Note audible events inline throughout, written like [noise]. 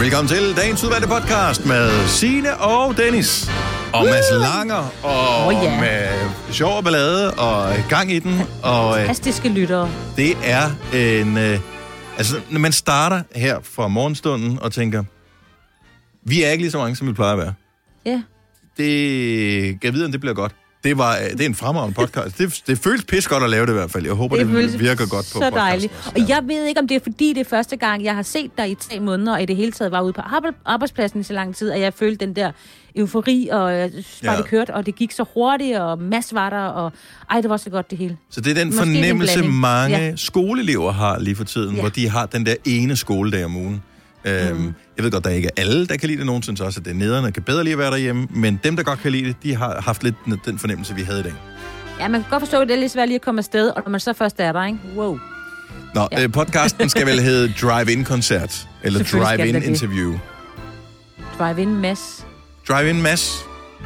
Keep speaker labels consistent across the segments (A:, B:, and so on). A: Velkommen til dagens udvalgte podcast med Sine og Dennis. Og Mads Langer,
B: Åh,
A: og oh,
B: ja.
A: yeah. med sjov og ballade, og gang i den. Og øh,
B: Fantastiske lyttere.
A: det er en... Øh, altså, når man starter her fra morgenstunden og tænker, vi er ikke lige så mange, som vi plejer at være.
B: Ja.
A: Det kan vide, om det bliver godt. Det, var, øh, det er en fremragende podcast. Det, det føles pis godt at lave det i hvert fald. Jeg håber, det, det
B: føles
A: virker godt på
B: Så
A: podcasten
B: dejligt.
A: også.
B: Og jeg ved ikke, om det er fordi, det er første gang, jeg har set dig i tre måneder, og i det hele taget var ude på arbe- arbejdspladsen i så lang tid, og jeg følte den der eufori, og jeg synes bare,
A: Ja.
B: det kørte, og det gik så hurtigt, og masser var der, og ej, det var så godt det hele.
A: Så det er den
B: Måske det er en
A: fornemmelse,
B: blanding.
A: mange ja.
B: Ja.
A: skoleelever har lige for tiden, ja.
B: Ja.
A: hvor de har den der ene skoledag om ugen. Øhm, mm. Jeg ved godt, der ikke er alle, der kan lide det. Nogen synes også, at det er nederne, og kan bedre lide at være derhjemme. Men dem, der godt kan lide det, de har haft lidt den- den fornemmelse, vi havde i dag.
B: Ja, man kan godt forstå, at det er lidt svært lige at komme afsted, og når man så først er der, ikke? Wow.
A: Nå, ja.
B: Ja.
A: øh, podcasten skal vel hedde Drive-In-koncert. Eller
B: Selvfølgelig skal den da det.
A: Drive-In-interview.
B: Drive in mass.
A: Drive-In-mass.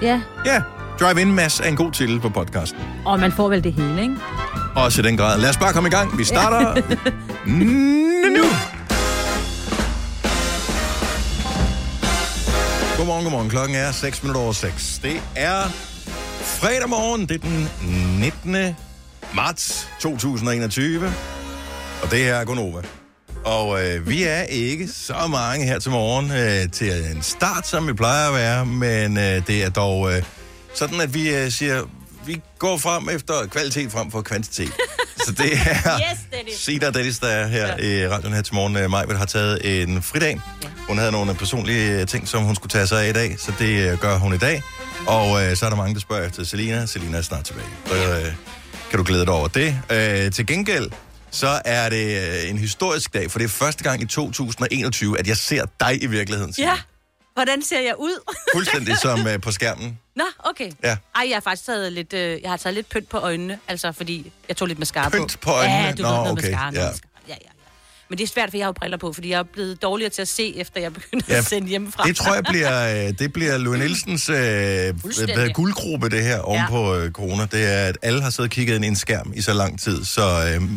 B: Ja,
A: Ja, Drive-In-mass er en god titel på podcasten.
B: og man får vel det hele, ikke?
A: Også i den grad. Lad os bare komme i gang. Vi starter [laughs] nu. Godmorgen, godmorgen. Klokken er 6 minutter over 6. Det er fredag morgen. Det er den 19. marts 2021. Og det her er Gonova. Og øh, vi er ikke så mange her til morgen øh, til en start, som vi plejer at være, men øh, det er dog øh, sådan, at vi øh, siger, vi går frem efter kvalitet frem for kvantitet. Så det er
B: Yes, Dennis.
A: Sida Dennis, der er her ja. i radioen her til morgen. Øh, Majbet har taget en fridag. Ja. Hun havde nogle personlige øh, ting, som hun skulle tage sig af i dag, så det øh, gør hun i dag. Og øh, så er der mange, der spørger efter Selina. Selina er snart tilbage. Så øh, kan du glæde dig over det. Øh, til gengæld, så er det øh, en historisk dag, for det er første gang i 2021, at jeg ser dig i virkeligheden. Signe.
C: Ja. Hvordan ser jeg ud? [laughs]
A: Fuldstændig som øh, på skærmen.
C: Nå, okay.
A: Ja.
C: Ej, jeg har faktisk taget lidt, øh, jeg har taget lidt pynt på øjnene, altså fordi jeg tog lidt mascara på.
A: Pynt på øjnene?
C: Ja, du
A: Nå,
C: ved noget
A: okay,
C: mascara.
A: ja.
C: Ja. mascara. Ja, ja, ja. Men det er svært, for jeg har jo briller på, fordi jeg er blevet dårligere til at se, efter jeg begyndte ja. at sende hjemmefra.
A: Det tror jeg bliver, øh, det bliver Louis Nielsens øh,
C: Fuldstændig.
A: hvad, guldgruppe, det her, oven
C: Ja.
A: på øh, corona. Det er, at alle har siddet og kigget ind i en skærm i så lang tid, så øh,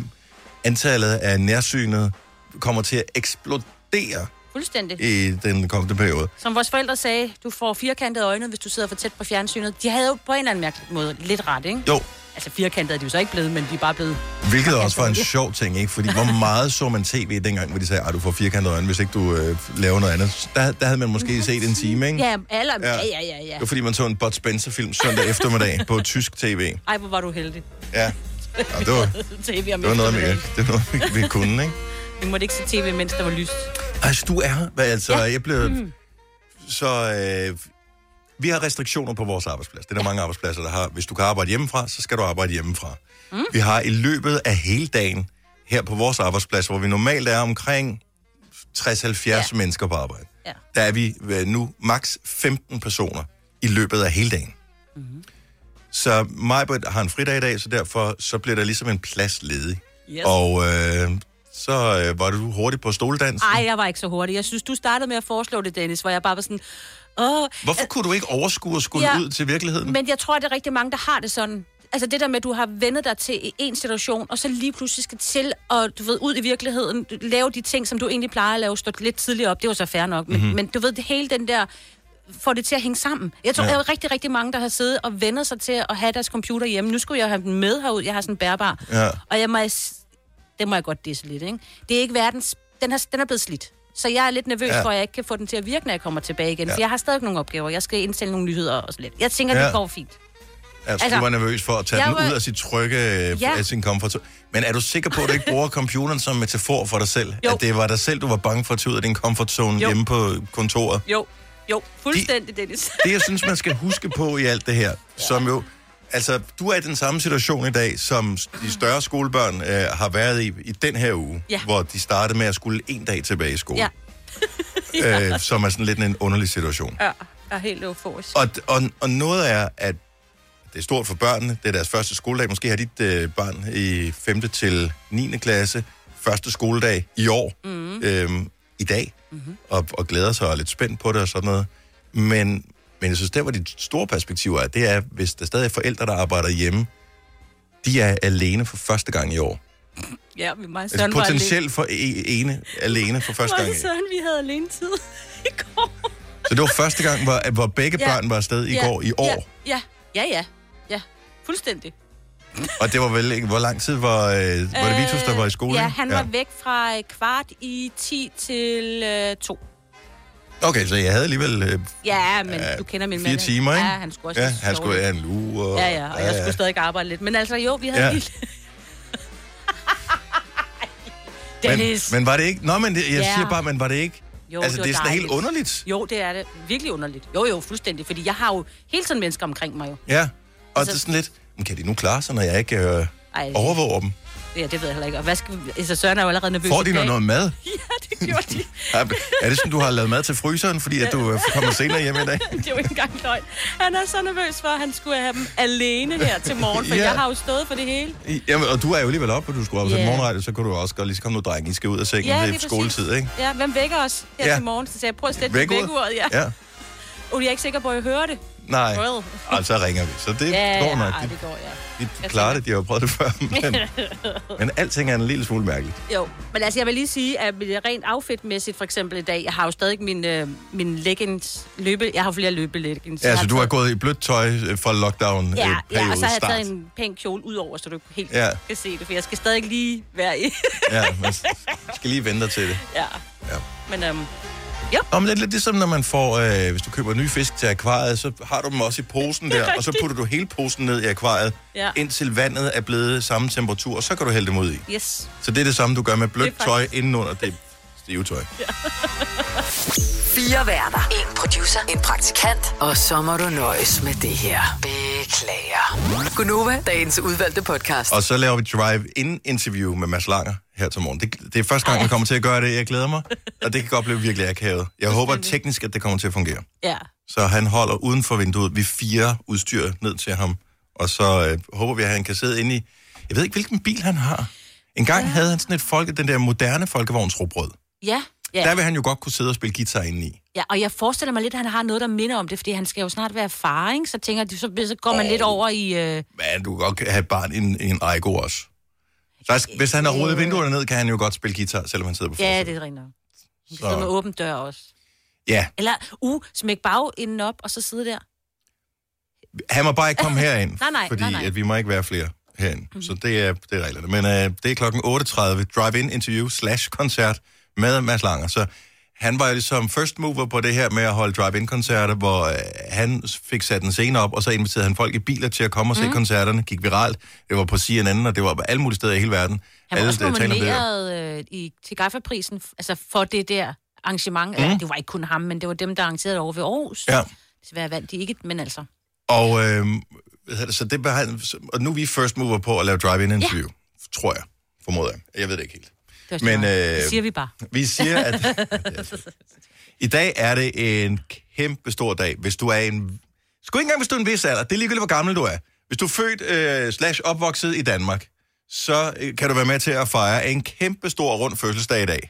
A: antallet af nærsynet kommer til at eksplodere
C: [laughs] Fuldstændig.
A: i den kommende periode.
C: Som vores forældre sagde, du får firkantede øjne, hvis du sidder for tæt på fjernsynet. De havde jo på en eller anden mærkelig måde lidt ret, ikke?
A: Jo,
C: Altså firkantede er de jo så ikke blevet, men de er bare blevet...
A: hvilket også var en sjov ting, ikke? Fordi hvor meget så man tv dengang, hvor de sagde, at du får firkantede øjne, hvis ikke du øh, laver noget andet. Der, der havde man måske set en time, ikke?
C: Mhm. Ja, alle...
A: Ja.
C: Ja, ja, ja, ja.
A: Det var fordi, man så en Bud Spencer-film søndag eftermiddag på tysk tv.
C: Ej, hvor var du heldig.
A: Ja, og det var,
C: [laughs] TV om
A: Det var noget, vi,
C: eftermiddagen.
A: det var noget, vi- vi kunne, ikke?
C: Vi måtte ikke se tv, mens der var lyst.
A: [laughs] Altså, du er her. Hvad, Altså, ja. jeg blev... Så øh, vi har restriktioner på vores arbejdsplads. Det er der mange arbejdspladser, der har. Hvis du kan arbejde hjemmefra, så skal du arbejde hjemmefra. Mm. Vi har i løbet af hele dagen her på vores arbejdsplads, hvor vi normalt er omkring 60-70 ja. mennesker på arbejde.
C: Ja.
A: Der er vi øh, nu maks 15 personer i løbet af hele dagen. Mm-hmm.
C: Mhm.
A: Så Majbert har en fridag i dag, så derfor så bliver der ligesom en plads ledig.
C: Yes.
A: Og øh, så øh, var du hurtigt på stoledans.
C: Ej, jeg var ikke så hurtig. Jeg synes, du startede med at foreslå det, Dennis, hvor jeg bare var sådan... Åh,
A: Hvorfor kunne du ikke overskue at skulle ja,
C: Ja,
A: ud til virkeligheden? Men...
C: men jeg tror, at det er rigtig mange, der har det sådan. Altså det der med, at du har vendet dig til en situation, og så lige pludselig skal til at, du ved, ud i virkeligheden, lave de ting, som du egentlig plejer at lave, stå lidt tidligere op. Det var så fair nok. Men,
A: Mhm.
C: mm-hmm. men du ved, det hele den der får det til at hænge sammen. Jeg tror,
A: Ja.
C: ja. der er jo rigtig, rigtig mange, der har siddet og vendet sig til at have deres computer hjemme. Nu skulle jeg have den med herud. Jeg har sådan en bærbar.
A: Ja.
C: Og jeg må, det må jeg godt disse lidt, ikke? Det er ikke verdens... Den, har, den er blevet slidt. Så jeg er lidt nervøs
A: Ja.
C: ja. for, at jeg ikke kan få den til at virke, når jeg kommer tilbage igen.
A: Ja.
C: Ja. For jeg har stadig nogle opgaver. Jeg skal indstille nogle nyheder og sådan lidt. Jeg tænker,
A: Ja.
C: det går fint.
A: Altså, altså,
C: altså,
A: du var nervøs for at tage
C: jeg
A: den
C: var-
A: ud af sit trygge, ja.
C: Ja.
A: af sin comfort zone. Men er du sikker på, at du ikke bruger computeren som metafor for dig selv?
C: Jo.
A: At det var dig selv, du var bange for at tage ud af din comfort zone
C: Jo.
A: hjemme på kontoret?
C: Jo, jo. Fuldstændig, Dennis.
A: [laughs] det, jeg synes, man skal huske på i alt det her, som jo... Altså, du er i den samme situation i dag, som de større skolebørn øh, har været i i den her uge,
C: Ja.
A: hvor de startede med at skulle en dag tilbage i skole,
C: Ja.
A: øh, som er sådan lidt en underlig situation.
C: ja. Jeg er helt euforisk.
A: Og, og, og noget er, at det er stort for børnene. Det er deres første skoledag. Måske har dit øh, barn i 5. til 9. klasse første skoledag i år,
C: Mhm.
A: mm. øhm, i dag, mm-hmm. og, og glæder sig og er lidt spændt på det og sådan noget. Men, men jeg synes, der hvor de store perspektiver er, det er, hvis der stadig er forældre, der arbejder hjemme, de er alene for første gang i år.
C: Ja, vi mig og
A: Altså
C: Søren var [laughs]
A: potentielt for e- ene, alene for første
C: alene.
A: gang.
C: Mig og Søren, vi havde alene tid i går.
A: Så det var første gang, hvor, hvor begge
C: Ja.
A: børn var afsted i går i år.
C: Ja, ja, ja, ja. ja. Fuldstændig.
A: Og det var vel ikke... Hvor lang tid var, øh, var det Vitus, der var i skole?
C: Ja, han var væk fra øh, kvart i 10 til øh, 2.
A: Okay, så jeg havde alligevel øh,
C: Ja, men
A: Ja,
C: du kender min
A: fire
C: mand.
A: timer, ikke?
C: Ja, han skulle også
A: ja,
C: have
A: han skulle
C: sovet.
A: have en lue. Og,
C: Ja, ja, og jeg skulle stadig arbejde lidt. Men altså, jo, vi havde
A: Ja.
C: ja. lille...
A: [laughs] men,
C: Dennis!
A: men var det ikke... Nå, men det, jeg
C: Ja.
A: siger bare, men var det ikke...
C: Jo,
A: altså,
C: det var
A: det er sådan helt
C: dejligt.
A: underligt.
C: Jo, det er det. Virkelig underligt. Jo, jo, fuldstændig. Fordi jeg har jo hele tiden mennesker omkring mig jo.
A: Ja, og
C: Altså-
A: det er sådan lidt... "Men Kan de nu klare sig, når jeg ikke øh,
C: Ej.
A: overvåger dem?
C: Ja, det ved jeg heller ikke. Og hvad skal... Altså, Søren er jo allerede nervøs.
A: Får
C: i
A: de
C: dag.
A: noget, noget mad?
C: [laughs] Ja, det gjorde
A: [laughs]
C: de.
A: Er, er det sådan, du har lavet mad til fryseren, fordi at du øh, kommer senere hjem i dag?
C: det er jo ikke engang løgn. Han er så nervøs for, at han skulle have dem alene her til morgen, for
A: Ja.
C: ja. jeg har jo stået for det hele.
A: Jamen, og du er jo alligevel op, og du skulle op yeah.
C: Ja.
A: morgenradio, så kunne du også godt lige så komme nu, drenge, I skal ud af sengen, ja, det er
C: lige
A: skoletid,
C: præcis.
A: ikke?
C: Ja, hvem vækker os her
A: Ja.
C: til morgen? Så sagde jeg, prøv at sætte
A: Væk ud.
C: vækkeuret. Ja. ja.
A: Ja.
C: Og jeg er ikke sikker på, at jeg hører det.
A: Nej,
C: Well.
A: og så ringer vi. Så det
C: Ja,
A: går nok.
C: ja,
A: De,
C: det går, ja.
A: de
C: Jeg tænker- [laughs]
A: klarer det, de har jo prøvet det før. Men, men alting er en lille smule mærkeligt.
C: Jo, men altså jeg vil lige sige, at rent outfitmæssigt for eksempel i dag, jeg har jo stadig min, øh, min leggings løbe, jeg har flere løbeleggings. Jeg
A: Ja, så du har
C: taget-
A: gået i blødt tøj øh, fra lockdown
C: Ja,
A: øh,
C: ja, og så har jeg
A: start.
C: taget en pæn kjole ud over, så du ikke helt
A: Ja.
C: ja. kan se det, for jeg skal stadig lige være i. [laughs]
A: Ja, man s- skal lige vente til det.
C: ja.
A: Ja.
C: Men øhm,
A: Om lidt, lidt ligesom, når man får, øh, hvis du køber ny fisk til akvariet, så har du dem også i posen der, og så putter du hele posen ned i akvariet,
C: Ja.
A: indtil vandet er blevet samme temperatur, og så kan du hælde dem ud i.
C: yes.
A: Så det er det samme, du gør med blødt
C: Det er
A: tøj indenunder det stive tøj.
D: Fire værter. En producer. En praktikant. Og så må du nøjes med det her. Beklager. Gunova, dagens udvalgte podcast. [laughs]
A: Og så laver vi drive-in-interview med Mads Langer her til morgen. Det, det er første gang, vi kommer til at gøre det. Jeg glæder mig, og det kan godt blive virkelig akavet. Jeg håber teknisk, at det kommer til at fungere.
C: Ja.
A: Så han holder uden for vinduet. Vi fire udstyr ned til ham. Og så øh, håber vi, at han kan sidde inde i... Jeg ved ikke, hvilken bil han har. En gang ja. havde han sådan et folke, den der moderne folkevognsrobrød.
C: Ja.
A: Ja. Der
C: Ja.
A: vil han jo godt kunne sidde og spille guitar inde i.
C: ja, og jeg forestiller mig lidt, at han har noget, der minder om det, fordi han skal jo snart være far, ikke? Så tænker jeg, så, så går man
A: Åh.
C: oh. lidt over i... Øh,
A: Men du kan godt have et barn i en, i en Aigo også. Så altså, hvis han har rullet vinduerne ned, kan han jo godt spille guitar, selvom han sidder på
C: ja,
A: forsiden.
C: det er rigtigt nok. Han kan
A: Så-
C: stå med åben dør også.
A: Ja,
C: Eller, uh, smæk bagenden op, og så sidde der.
A: han må bare ikke komme herind,
C: [laughs] Nej, nej,
A: fordi
C: nej, nej. Mhm.
A: At vi må ikke være flere herinde. Mm. Så det er, det er reglerne. Men øh, det er klokken 8.30, drive-in interview slash koncert med Mads Langer. Så han var jo ligesom first mover på det her med at holde drive-in-koncerter, hvor øh, han fik sat en scene op, og så inviterede han folk i biler til at komme og
C: Mhm.
A: se koncerterne. Gik viralt. Det var på CNN, og det var på alle mulige steder i hele
C: Han
A: verden.
C: var
A: alle
C: også
A: øh, taler om det der.
C: nomineret øh, i, til Gaffa-prisen, f- altså for det der arrangement. Mm. Eller, det var ikke kun ham, men det var dem, der arrangerede det over ved Aarhus.
A: Mhm. Ja.
C: Desværre vandt de ikke, men altså.
A: Og, øh, hvad hedder det, så det var han, så- og nu er vi first mover på at lave drive-in interview, ja. tror jeg, formoder jeg. Jeg ved det ikke helt.
C: Det, var
A: Men,
C: men, øh,
A: øh,
C: det siger vi bare.
A: Vi siger,
C: [laughs]
A: at... I dag er det en kæmpe stor dag, hvis du er en... Sgu ikke engang, hvis du er en vis alder. Det er ligegyldigt, hvor gammel du er. Hvis du er født øh, slash opvokset i Danmark, så øh, kan du være med til at fejre en kæmpe stor rund fødselsdag i dag.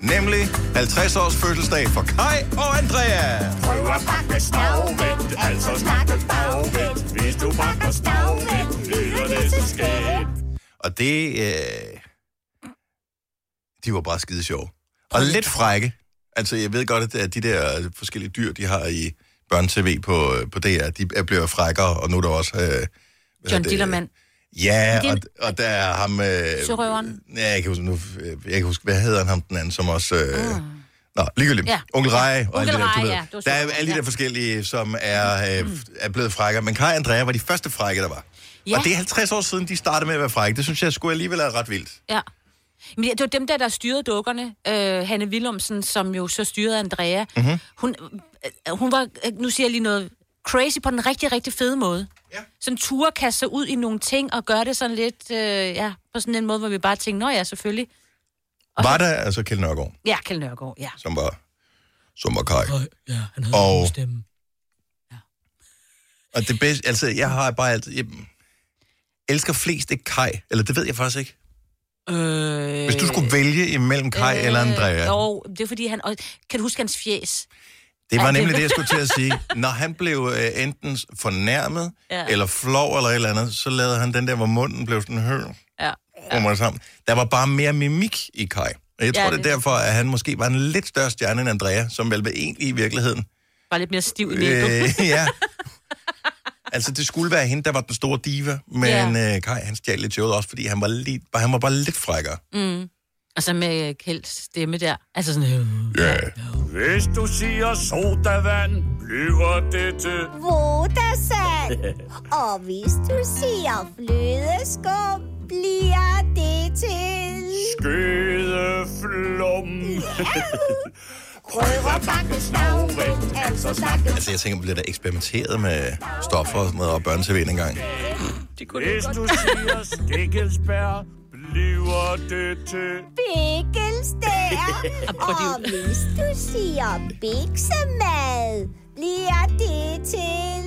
A: Nemlig 50 års fødselsdag for Kai og Andrea.
E: Prøv at bakke stavmænd, altså snakke bagmænd. Hvis du bakker stavmænd, lyder det så skægt.
A: Og det... Øh, de var bare skide sjove. Og lidt frække. Altså, jeg ved godt, at- at de der forskellige dyr, de har i børne-tv på, øh, på DR, de er blevet frækkere, og nu er der også... Øh, hvad hedder
C: John
A: det?
C: Dillermand. Men
A: Ja,
C: det er
A: og,
C: en-
A: og der er ham... Øh,
C: Sørøveren.
A: Ja, jeg kan, huske, nu, øh, jeg kan huske, hvad hedder han ham, den anden, som også... Øh, Nå, ligegyldigt. Ja.
C: Ah. Ja.
A: Onkel Reje og
C: Onkel
A: alt det der,
C: Reje,
A: ved.
C: ja, det var
A: Der er
C: sjovt,
A: alle de
C: ja. Mhm. Mm.
A: der forskellige, som er, øh, er blevet frækker. Men Kai og Andrea var de første frække, der var. Ja.
C: Ja.
A: Og det er 50 år siden, de startede med at være frække. Det synes jeg skulle alligevel er ret vildt.
C: Ja. Men det var dem der, der styrede dukkerne. Øh, Hanne Willumsen, som jo så styrede Andrea. Mm-hmm. Hun, øh, hun var, øh, nu siger jeg lige noget, crazy på den rigtig, rigtig fede måde.
A: Ja.
C: Sådan turde kaste sig ud i nogle ting og gøre det sådan lidt, øh, ja, på sådan en måde, hvor vi bare tænkte, nå ja, selvfølgelig.
A: Var der altså Kjeld Nørgaard,
C: Ja, Kjell Nørgaard, ja.
A: som var, som var Kai.
F: Ja, han havde
A: Og-
F: og... en stemme.
A: Og det bedste, altså jeg har bare altid, jeg elsker flest ikke Kai, eller det ved jeg faktisk ikke.
C: Øh, [laughs]
A: Hvis du skulle vælge imellem Kai øh, eller Andrea,
C: Jo, det er fordi han... Og, kan du huske hans fjes?
A: det var
C: Ja, det-
A: nemlig det, jeg skulle til at sige. Når han blev øh, enten fornærmet, ja.
C: Ja.
A: eller flov, eller et eller andet, så lavede han den der, hvor munden blev sådan høj.
C: Ja.
A: hvor man var sammen. Der var bare mere mimik i Kai. Og jeg tror,
C: Ja,
A: det
C: det
A: er
C: er
A: derfor, at han måske var en lidt større stjerne end Andrea, som vel var egentlig i virkeligheden.
C: Bare lidt mere stiv i næbet.
A: Øh, [laughs]
C: [laughs]
A: ja. Altså, det skulle være hende, der var den store diva, men øh, Kai, han stjal lidt showet også, fordi han var, lige, han var bare lidt frækkere.
C: Mm. Og så med øh, Kjelds stemme der. Altså sådan... Øh.
A: Ja.
E: Hvis du siger sodavand, bliver det til
F: Vodasand. Og hvis du siger flødeskum, bliver det til...
E: skødeflum.
F: Krøver bakkes navvind, altså snakkes
A: Altså, jeg tænker, bliver der eksperimenteret med stoffer og sådan noget, og børne-tv engang.
E: Hvis du siger stikkelsbær, bliver det til
F: pikkelsdær. Og hvis du siger biksemad, bliver det til...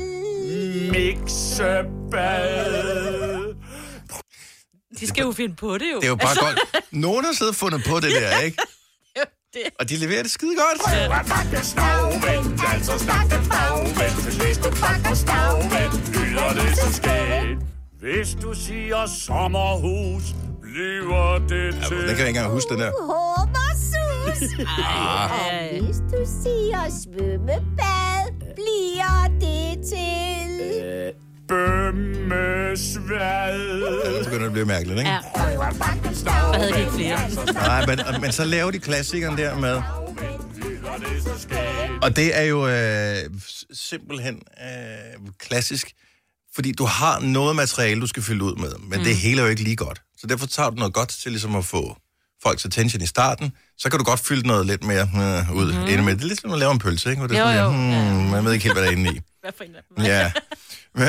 E: mixebad.
C: De skal jo finde på det jo. Altså,
A: Det er jo bare godt. Nogen har siddet og fundet på Altså- [laughs] det der, ikke? Og de leverer det skide godt.
E: Prøver bakkes navvind, altså snakke bagvind. Hvis du bakkes navvind, lyder det så skægt. Hvis du siger sommerhus, bliver det
A: Ja,
E: til...
A: den kan jeg ikke engang huske, den der.
F: Hummersus. Og hvis du siger svømmebad, bliver det til...
E: Bømmesvad.
A: Så begynder det at blive mærkeligt, ikke?
C: Ja. Så havde de ikke flere.
E: altså
A: Nej, men, men så laver de klassikeren der med... Og det er jo øh, s- simpelthen øh, klassisk, fordi du har noget materiale, du skal fylde ud med, men mm. det hele er jo ikke lige godt. Så derfor tager du noget godt til ligesom at få folks attention i starten, så kan du godt fylde noget lidt mere øh, ud mm. indimellem. Det er lidt som at lave en pølse, ikke? Hvor det er
C: Mm-hmm. Jo,
A: sådan,
C: jo.
A: lidt, Hmm, man ved ikke helt, hvad der er inde i.
C: Hvad for en af dem?
A: Ja. Men-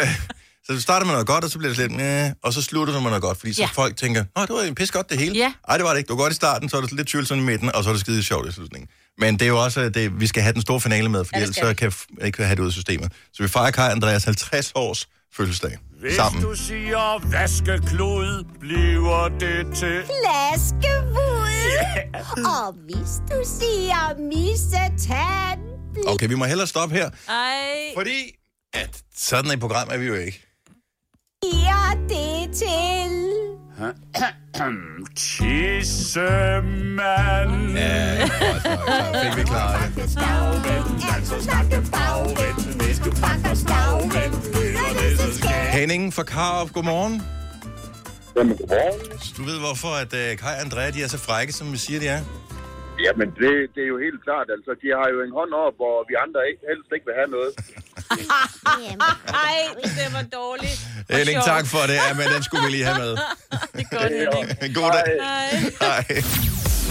A: Så du starter med noget godt, og så bliver det lidt, øh, og så slutter du med noget godt, fordi så
C: Ja.
A: folk tænker, nå, det var en pis godt det hele.
C: Ja.
A: Ej, det var det ikke. Det var godt i starten, så er det lidt tvivlsomt i midten, og så er det skide sjovt i slutningen. Men det er jo også, øh, det, vi skal have den store finale med, fordi
C: Ja,
A: ja,
C: det
A: ellers
C: skal
A: så kan f- ikke have det ud af systemet. Så vi fejrer Kai Andreas 50 års fødselsdag
E: Hvis
A: sammen.
E: du siger vaskeklud, bliver det til...
F: Flaskevud. Og hvis du siger missetand, bliver
A: Okay, vi må hellere stoppe her,
C: Ej.
A: fordi at sådan et program er vi jo ikke.
F: det til... [coughs]
E: Tissemand.
A: Ja, godt nok. Så fik vi klaret det.
F: Altså snakke bagvind, hvis du bakker stavvind, bliver det er så skægt.
A: Henning fra Karup, godmorgen.
G: Jamen, godmorgen.
A: Du ved, hvorfor at øh, Kai og Andrea, de er så frække, som vi siger, de er?
G: Jamen, det, det er jo helt klart. Altså, de har jo en hånd op, hvor vi andre ikke, helst ikke vil have noget.
C: Ej, det var dårligt. Hvor
A: Henning,
C: sjovt.
A: tak for det. Ja, men den skulle vi lige have med.
C: Det er godt, Henning.
A: [laughs] God dag.
C: Ej.
A: Hej.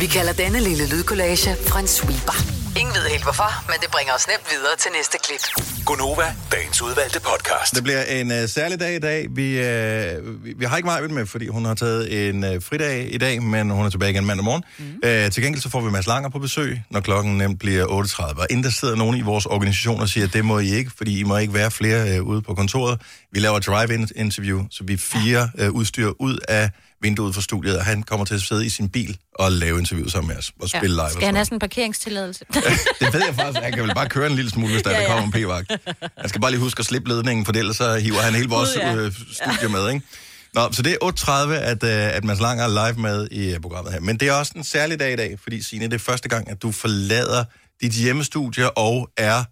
D: Vi kalder denne lille lydkollage en sweeper. Ingen ved helt hvorfor, men det bringer os nemt videre til næste klip.
H: Gunova, dagens udvalgte podcast.
A: Det bliver en uh, særlig dag i dag. Vi, uh, vi, vi har ikke meget med, fordi hun har taget en uh, fridag i dag, men hun er tilbage igen mandag morgen. Mm.
C: Mhm.
A: Uh, til gengæld så får vi Mads Langer på besøg, når klokken nemt bliver 8.30. Og inden der sidder nogen i vores organisation og siger, at det må I ikke, fordi I må ikke være flere uh, ude på kontoret. Vi laver drive-in-interview, så vi er fire uh, udstyr ud af vinduet for studiet, og han kommer til at sidde i sin bil og lave interview sammen med os og spille ja. live. og
C: Skal
A: sådan
C: han
A: noget.
C: have sådan en parkeringstilladelse?
A: [laughs] Det ved jeg faktisk. Han kan vel bare køre en lille smule, hvis der, ja,
C: Ja,
A: der
C: ja.
A: kommer en p-vagt. Han skal bare lige huske at slippe ledningen, for ellers så hiver han hele vores
C: Gud, ja.
A: øh, studie med, ikke? Nå, så det er 8.30, at, øh, at Mads Lang er live med i øh, programmet her. Men det er også en særlig dag i dag, fordi Signe, det er første gang, at du forlader dit hjemmestudie og er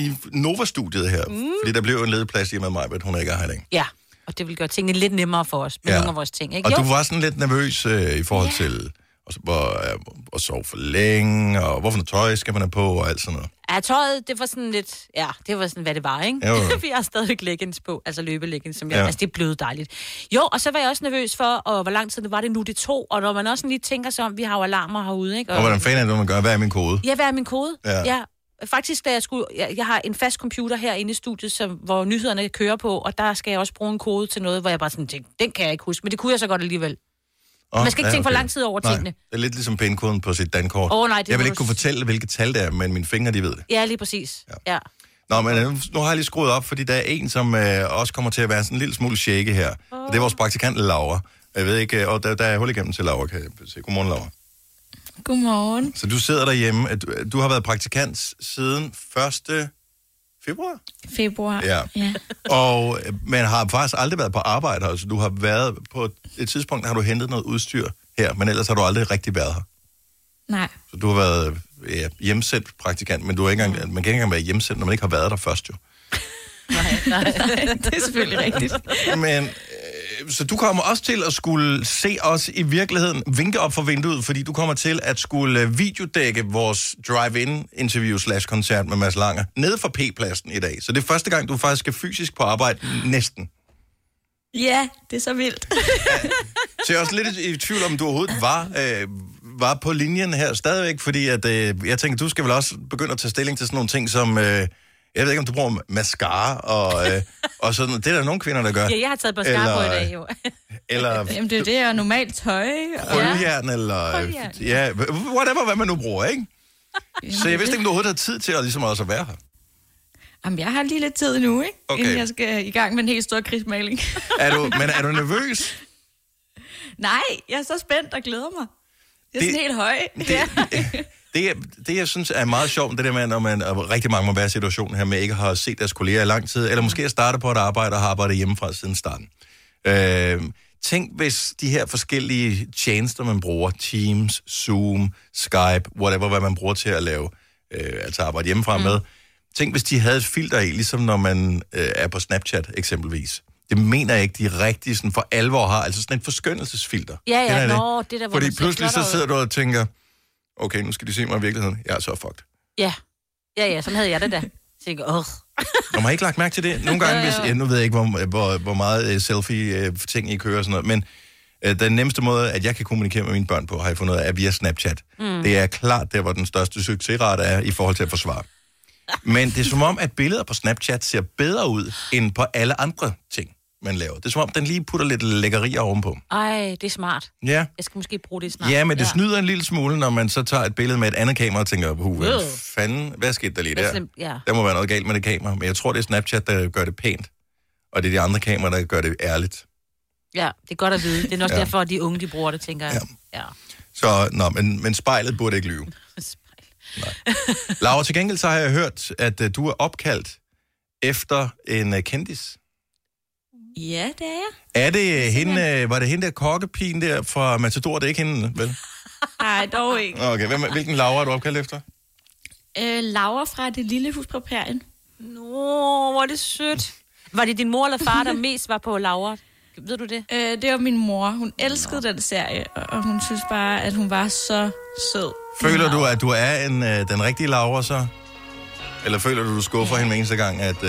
A: i Nova-studiet her. Mm. Fordi der blev jo en ledig plads i og med mig, men hun er ikke er her i dag.
C: ja, og det vil gøre tingene lidt nemmere for os med
A: Ja.
C: ja. nogle af vores ting, ikke?
A: Og
C: Jo,
A: du var sådan lidt nervøs øh, i forhold yeah. til og, og, og sove for længe, og hvorfor noget tøj skal man have på, og alt sådan noget.
C: ja, tøjet, det var sådan lidt, ja, det var sådan, hvad det var, ikke?
A: Jo, jo.
C: [laughs] Vi har stadigvæk leggings på, altså løbeleggings, som jeg,
A: Ja.
C: ja. altså det er blevet dejligt. Jo, og så var jeg også nervøs for, og hvor lang tid det var det nu, det tog, og når man også sådan lige tænker sig om, vi har jo alarmer herude, ikke?
A: Og hvordan fanden er det, man gør? Hvad er min kode?
C: Ja, hvad er min kode?
A: Ja.
C: ja. Faktisk, da jeg, skulle, jeg, jeg har en fast computer herinde i studiet, som, hvor nyhederne kører på, og der skal jeg også bruge en kode til noget, hvor jeg bare sådan tænkte, den kan jeg ikke huske, men det kunne jeg så godt alligevel.
A: Oh,
C: Man skal ikke tænke for lang tid over tingene.
A: Nej, det er lidt ligesom pindkoden på sit dankort.
C: Åh, nej, det
A: jeg vil
C: må
A: ikke
C: du
A: kunne
C: s-
A: fortælle, hvilke tal det er, men mine fingre, de ved det.
C: Ja, lige præcis. Ja. ja.
A: Nå, men øh, nu har jeg lige skruet op, fordi der er en, som øh, også kommer til at være sådan en lille smule shake her. Oh. Og det er vores praktikant, Laura. Jeg ved ikke, øh, og der, der er hul igennem til Laura, kan jeg se. Godmorgen, Laura.
I: Godmorgen.
A: Øh, Så du sidder derhjemme. at Du, at du har været praktikant siden 1. Februar?
I: Februar.
A: Ja.
I: ja.
A: Og øh, man har faktisk aldrig været på arbejde. Altså, du har været på et tidspunkt, har du hentet noget udstyr her, men ellers har du aldrig rigtig været her.
I: Nej.
A: Så du har været øh, ja, hjemsendt praktikant, men du har ikke engang, man kan ikke engang være hjemsendt, når man ikke har været der først jo.
I: det er selvfølgelig rigtigt.
A: [laughs] Men, øh, så du kommer også til at skulle se os i virkeligheden vinke op for vinduet, fordi du kommer til at skulle øh, videodække vores drive-in interview slash koncert med Mads Langer nede fra P-pladsen i dag. Så det er første gang, du faktisk skal fysisk på arbejde næsten.
I: Ja, det er så vildt.
A: Så jeg er også lidt i tvivl om, du overhovedet var, øh, var på linjen her stadigvæk, fordi at, øh, jeg tænker, du skal vel også begynde at tage stilling til sådan nogle ting som, øh, jeg ved ikke, om du bruger mascara og, øh, og sådan noget. Det er der nogle kvinder, der gør.
C: Ja, jeg har taget på skarpe
A: Eller-
C: i dag, jo.
A: Eller
I: Jamen, det er jo det, og normalt tøj. Og...
A: krøllejern, eller
I: Krøllejern.
A: ja, whatever, hvad man nu bruger, ikke? Så jeg vidste ikke, om du overhovedet havde tid til at ligesom også at være her.
I: Jamen, jeg har lige lidt tid nu, ikke?
A: Okay.
I: Inden jeg skal i gang med en helt stor krigsmaling. [laughs]
A: Er du, men er du nervøs?
I: Nej, jeg er så spændt og glæder mig. Jeg er
A: Det-
I: det... sådan helt høj.
A: Det, det, det, jeg synes er meget sjovt, det der med, når man, og rigtig mange må være i situationen her med, ikke har set deres kolleger i lang tid, eller måske er startet på et arbejde og har arbejdet hjemmefra siden starten. Øh, tænk, hvis de her forskellige tjenester, man bruger, Teams, Zoom, Skype, whatever, hvad man bruger til at lave, øh, altså arbejde hjemmefra mm. med, tænk, hvis de havde et filter i, ligesom når man øh, er på Snapchat eksempelvis. Det mener jeg ikke, de rigtig sådan for alvor har, altså sådan et forskyndelsesfilter.
C: Ja, ja,
A: Kender I
C: nå, det der, hvor
A: Fordi
C: man ser
A: pludselig så
C: flottere ud.
A: sidder du og tænker, okay, nu skal de se mig i virkeligheden. Jeg er så fucked.
C: Ja. Ja, ja, sådan havde jeg det
A: [laughs]
C: da. Så tænkte jeg, åh.
A: Og man har ikke lagt mærke til det. Nogle gange, hvis, [laughs] ja, nu ved jeg ikke, hvor, hvor, hvor meget øh, selfie-ting I kører og sådan noget, men øh, den nemmeste måde, at jeg kan kommunikere med mine børn på, har jeg fundet ud af, er via Snapchat. Mm. Det er klart der, hvor den største succesrate er i forhold til at forsvare. Men det er som om, at billeder på Snapchat ser bedre ud, end på alle andre ting, man laver. Det er som om, den lige putter lidt lækkerier ovenpå.
C: Ej, det er smart.
A: Ja.
C: Jeg skal måske bruge det snart.
A: Ja, men det snyder en lille smule, når man så tager et billede med et andet kamera og tænker, "Huh, hvad
C: Øh.
A: fanden, hvad skete der lige
C: Hvad
A: der?
C: slem- ja.
A: Der må være noget galt med det kamera, men jeg tror, det er Snapchat, der gør det pænt, og det er de andre kameraer, der gør det ærligt.
C: Ja, det er godt at vide. Det er også ja. derfor, at de unge, de bruger det, tænker jeg. Ja.
A: Så, nå, men, men spejlet burde ikke lyve. Laura, til gengæld så har jeg hørt, at øh, du er opkaldt efter en uh, kendis.
I: Ja, det er jeg.
A: Er det øh, hende, øh, var det hende der kokkepigen der fra Matador? Det er ikke hende, vel?
I: Nej, dog ikke.
A: Okay, hvem, er- hvilken Laura er du opkaldt efter?
I: Øh, Laura fra det lille hus på prærien.
C: Nå, hvor er det sødt. Var det din mor eller far, der mest var på Laura? Ved du det?
I: Øh, det var min mor. Hun elskede den serie, og- og hun synes bare, at hun var så sød.
A: Føler du, at du er en, øh, den rigtige Laura så? Eller føler du, du skuffer hende hver eneste gang, at...
C: Du
A: Øh,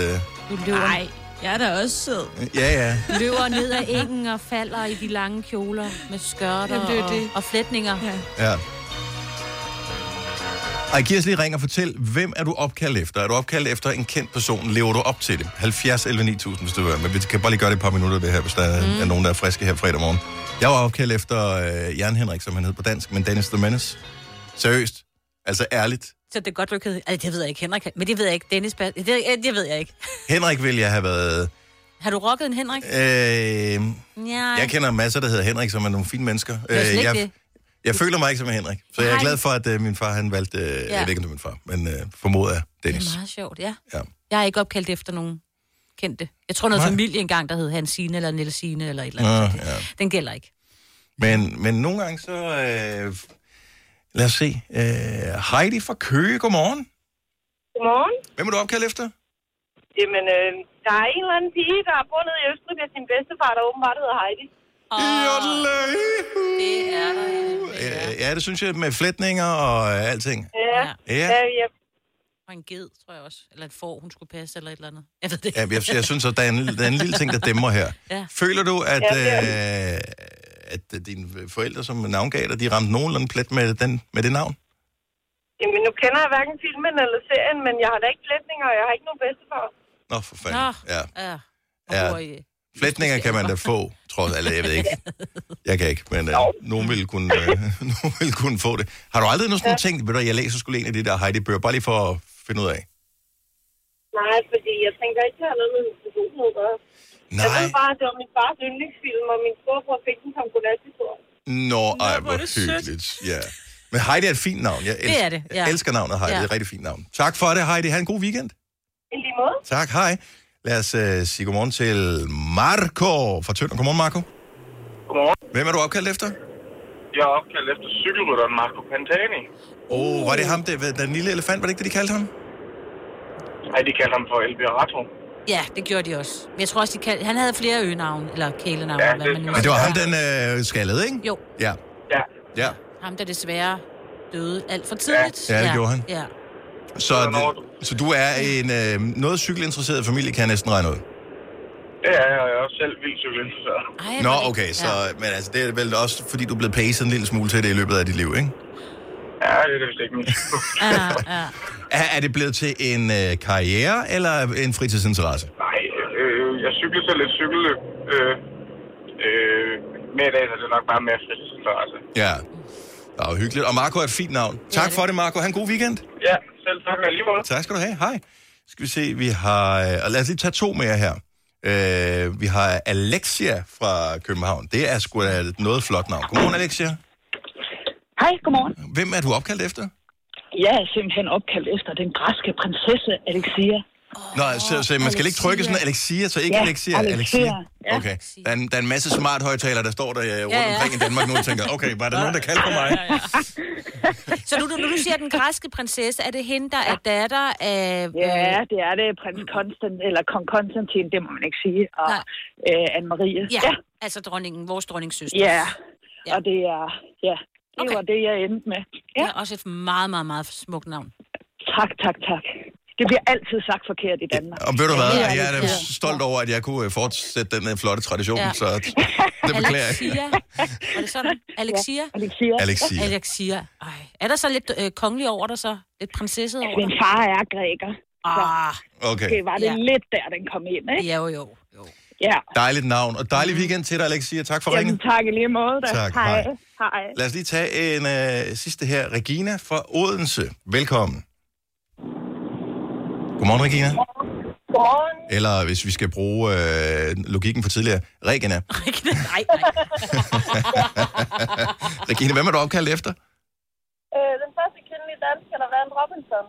C: løber,
I: Nej, jeg er da også sød.
A: ja, ja.
C: løber ned ad engen og falder i de lange kjoler med skørter
I: Jamen, det er jo
C: og,
I: det.
C: og flætninger. Ja.
I: Ja.
A: ja. Ej, giv os lige ring og fortæl, hvem er du opkaldt efter? Er du opkaldt efter en kendt person? Lever du op til det? 70 11 9000, hvis du vil. Men vi kan bare lige gøre det et par minutter, det her, hvis der mm. er nogen, der er friske her fredag morgen. Jeg var opkaldt efter øh, Jan Henrik, som han hed på dansk, men Dennis the Menace. Seriøst. Altså ærligt.
C: Så det er godt, du ikke hed- Ej, det ved jeg ikke, Henrik. Men det ved jeg ikke. Dennis, pas- det, øh, det ved jeg ikke.
A: Henrik ville jeg have været...
C: Har du rocket en Henrik?
A: Øh,
C: Nej.
A: jeg kender masser, der hedder Henrik, som er nogle fine mennesker.
C: Det er slet
A: Øh,
C: ikke
A: jeg,
C: det.
A: Jeg føler mig ikke som en Henrik, så jeg er
C: Nej.
A: glad for, at øh, min far han valgte, øh, ja. jeg ved ikke om det er min far, men øh, formoder jeg
C: Det
A: Dennis.
C: er meget sjovt, ja.
A: Ja.
C: Jeg er ikke opkaldt efter nogen kendte. Jeg tror noget
A: Nej.
C: Nej. familie engang, der hed Hansine eller Nelsine eller et eller andet.
A: Nå, ja.
C: Den gælder ikke.
A: Men, men nogle gange så, øh, lad os se, øh, Heidi fra Køge, godmorgen.
J: Godmorgen.
A: Hvem er du opkaldt efter?
J: Jamen, øh, der er en eller anden pige, der er bundet i Østrig med sin bedstefar, der åbenbart hedder Heidi.
A: Jodle,
C: Det er der.
A: øh, ja, det synes jeg med flætninger og øh, alting.
J: Ja.
C: Ja.
A: Ja,
J: Ja, ja.
C: Og en ged, tror jeg også. Eller et får, hun skulle passe, eller et eller andet. Jeg ved det ikke.
A: ja jeg, jeg synes, at der er, en, der er en lille ting, der dæmmer her.
C: [laughs] Ja.
A: Føler du, at,
J: Ja, det er
A: øh, at øh, dine forældre, som navngav dig, de ramte nogenlunde plet med, den, med det navn?
J: Jamen, nu kender jeg hverken filmen eller serien, men jeg har da ikke flætninger, og jeg har ikke nogen bedstefar.
A: Nå, for fanden.
C: Nå,
A: Ja.
C: ja.
A: Ja.
C: ja. Bor i,
A: Flætninger kan man da få, trods alt. Jeg ved
C: [laughs]
A: ikke. Jeg kan ikke, men øh, nogen, ville kunne, øh, [laughs] nogen ville kunne få det. Har du aldrig noget sådan ja. ting, ved du, hvad, jeg læser skulle en af de der Heidi-bøger, bare lige for at finde ud af?
J: Nej, fordi jeg tænker ikke, at jeg har noget med min person at gøre. Jeg
A: Nej,
J: ved bare, at det var min fars yndlingsfilm, og min storebror fik den som godnathistorie.
A: nå, ej, hvor hyggeligt. Ja. Men Heidi er et fint navn. Jeg elsker,
C: er det, ja.
A: jeg elsker navnet Heidi, ja.
C: Ja.
A: det er et rigtig fint navn. Tak for det, Heidi. Ha' en god weekend.
J: I lige
I: måde.
A: Tak, hej. Lad os øh, sige godmorgen til Marco fra Tønder. Godmorgen, Marco. Godmorgen. Hvem er du opkaldt efter?
K: Jeg er opkaldt efter cykelrytteren Marco Pantani.
A: Åh, oh, var det ham, der, den lille elefant? Var det ikke det, de kaldte ham?
K: Nej, de kaldte ham for Elvirato.
C: Ja, det gjorde de også. Men jeg tror også, de kaldte... Han havde flere øgenavne, eller kælenavne,
K: Ja,
C: ja, hvad man nu
A: Men det var ham, den øh, skaldede, ikke?
C: Jo,
A: Ja.
K: Ja.
A: Ja.
C: ham der desværre døde alt for tidligt.
A: Ja, det gjorde han.
C: Ja.
A: Så, det, så du er en øh, noget cykelinteresseret familie, kan jeg næsten regne ud.
K: Ja, ja, og jeg er også selv vildt cykelinteresseret.
A: Nå, okay, så, men altså, det er vel også, fordi du er blevet paced en lille smule til det i løbet af dit liv, ikke?
K: Ja, det er det vist ikke min.
A: Er, er det blevet til en øh, karriere eller en fritidsinteresse?
K: Nej, øh, jeg cykler selv et cykelløb. Øh, øh, mere i dag, så er det nok bare mere fritidsinteresse.
A: Ja. Det er hyggeligt. Og Marco er et fint navn. Tak for det, Marco. Han en god weekend.
K: Ja, selv tak og lige måde.
A: Tak skal du have. Hej. Skal vi se, vi har... øh, Og lad os lige tage to mere her. Øh, vi har Alexia fra København. Det er sgu da et noget flot navn. Godmorgen, Alexia.
G: Hej, godmorgen.
A: Hvem er du opkaldt efter?
G: Jeg er simpelthen opkaldt efter den græske prinsesse Alexia.
A: Nå, så, så man skal ikke trykke sådan Alexia, så ikke
G: Ja,
A: Alexia. Alexia.
G: Alexia. Ja.
A: Okay. Der er, en, der er en masse smart højtalere, der står der øh, rundt
C: Ja, ja.
A: omkring i Danmark nu og tænker, okay, var der nogen, der kaldte på mig?
C: Så nu, du, nu du siger den græske prinsesse, er det hende, der er datter af...
G: Ja, det er det. Prins Konstant, eller kong Konstantin, det må man ikke sige. Og øh, Anne-Marie.
C: Ja,
G: ja.
C: altså dronningen, vores dronningssøster.
G: Ja. Og det er... Ja, det okay. var det, jeg endte med.
C: Ja. Det er også et meget, meget, meget smukt navn.
G: Tak, tak, tak. Det bliver altid sagt forkert i Danmark.
A: Og ved du hvad,
G: Ja,
A: jeg er da
G: Alexia.
A: stolt over, at jeg kunne øh, fortsætte den øh, flotte tradition,
C: Ja.
A: så det beklager jeg.
C: Alexia. Er det sådan? Alexia? Ja,
G: Alexia.
A: Alexia.
C: Alexia. Ej. Er der så lidt øh, kongelig over dig så? Lidt prinsesse over dig?
G: Min far er græker. så
C: Ah,
A: Okay.
G: Det var det
C: Ja.
G: lidt der, den kom ind, ikke?
C: Ja, jo, jo.
G: Ja.
A: Dejligt navn, og dejlig weekend til dig, Alexia. Tak for ringen.
G: Jamen, tak i lige måde. Da.
A: Tak,
G: hej.
A: hej.
G: hej.
A: Lad os lige tage en øh, sidste her. Regina fra Odense. Velkommen. Godmorgen, Regina.
I: Godmorgen.
A: Eller hvis vi skal bruge øh, logikken fra tidligere, Regina.
C: Nej, nej.
A: [laughs] Regina, hvem er du opkaldt efter?
I: øh, den første kvindelige dansker, der vandt Robinson.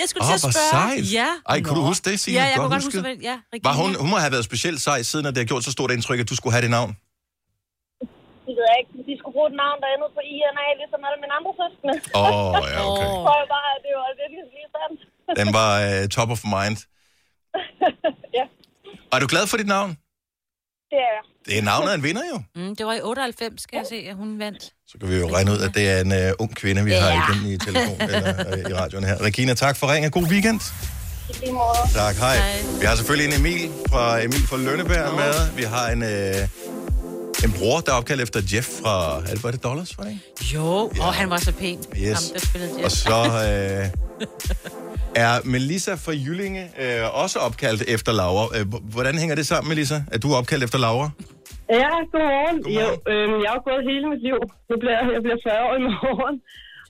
C: Jeg skulle
A: Åh,
C: til at
A: hvor
C: spørge.
A: sejt.
C: Ja.
A: Ej, kunne du huske det, Signe?
C: Ja, jeg
A: Godt
C: kunne godt huske
A: husket.
C: det. Ja, Regina.
A: Var hun, hun må have været specielt sej, siden at det har gjort så stort indtryk, at du skulle have det navn.
I: Det ved jeg ikke. De skulle bruge et navn, der endede på INA, ligesom alle mine andre søskende.
A: Åh, ja, okay.
I: Så tror [laughs] jeg bare, at det var virkelig lige sandt.
A: Den var øh, top of mind.
I: ja,
A: Og er du glad for dit navn?
I: det er jeg.
A: Det er navnet af en vinder jo.
C: Mm, det var i 98, skal jeg se, at hun vandt.
A: Så kan vi jo regne ud, at det er en øh, ung kvinde, vi har
C: Ja.
A: igen i telefon eller øh, i radioen her. Regina, tak for ringen. God weekend.
I: I lige måde.
A: Tak, hej. Vi har selvfølgelig en Emil fra Emil fra Lønneberg med. Vi har en, øh, en bror, der er opkaldt efter Jeff fra... Er det, var det Dollars, var det ikke?
C: Jo, ja. og han var så pæn.
A: Yes.
C: Ham, der spillede det.
J: altså.
A: Og så øh, er Melissa fra Jyllinge øh, også opkaldt efter Laura. Øh, h- hvordan hænger det sammen, Melissa, at du er opkaldt efter Laura?
J: Ja, godmorgen. Jo, øhm, jeg har jo gået hele mit liv. Nu bliver jeg, jeg bliver 40 år i morgen.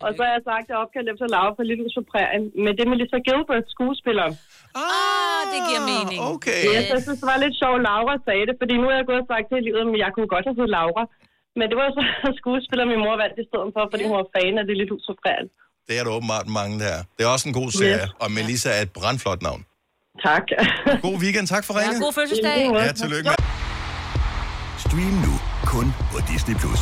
J: Og så har jeg sagt, at jeg er opkaldt efter Laura fra Lille Hus på Prærien. Men det er Melissa Gilbert, skuespilleren.
C: Ah, det giver mening.
A: Okay.
J: Ja, så jeg synes, det var lidt sjovt, at Laura sagde det, fordi nu har jeg gået og sagt til livet, at jeg kunne godt have heddet Laura. Men det var så [laughs] skuespiller, min mor vandt i stedet for, fordi hun var fan af det lille hus på Prærien.
A: Det er der åbenbart mange, der er. Det er også en god serie,
J: Yes.
A: og Melissa er et brandflot navn.
J: Tak. [laughs]
A: God weekend, tak for ringen.
J: god fødselsdag. I lige måde.
A: Ja, tillykke med.
L: Stream nu kun på Disney+. Plus.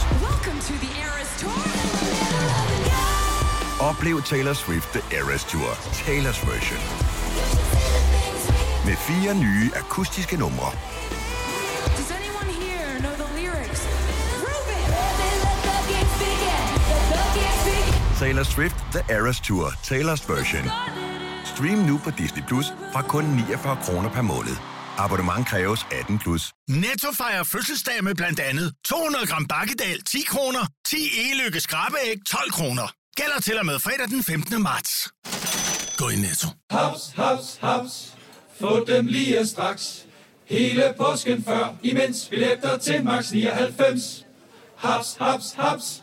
L: Oplev Taylor Swift The Eras Tour, Taylor's version. Med fire nye akustiske numre. Taylor Swift The Eras Tour, Taylor's version. Stream nu på Disney Plus fra kun 49 kroner per måned. Abonnement kræves 18 plus.
M: Netto fejrer fødselsdag med blandt andet 200 gram bakkedal 10 kroner, 10 e-lykke skrabeæg 12 kroner. Gælder til og med fredag den 15. marts. Gå i Netto.
N: Haps, haps, haps. Få dem lige straks. Hele påsken før, imens vi læfter til max 99. Haps, haps, haps.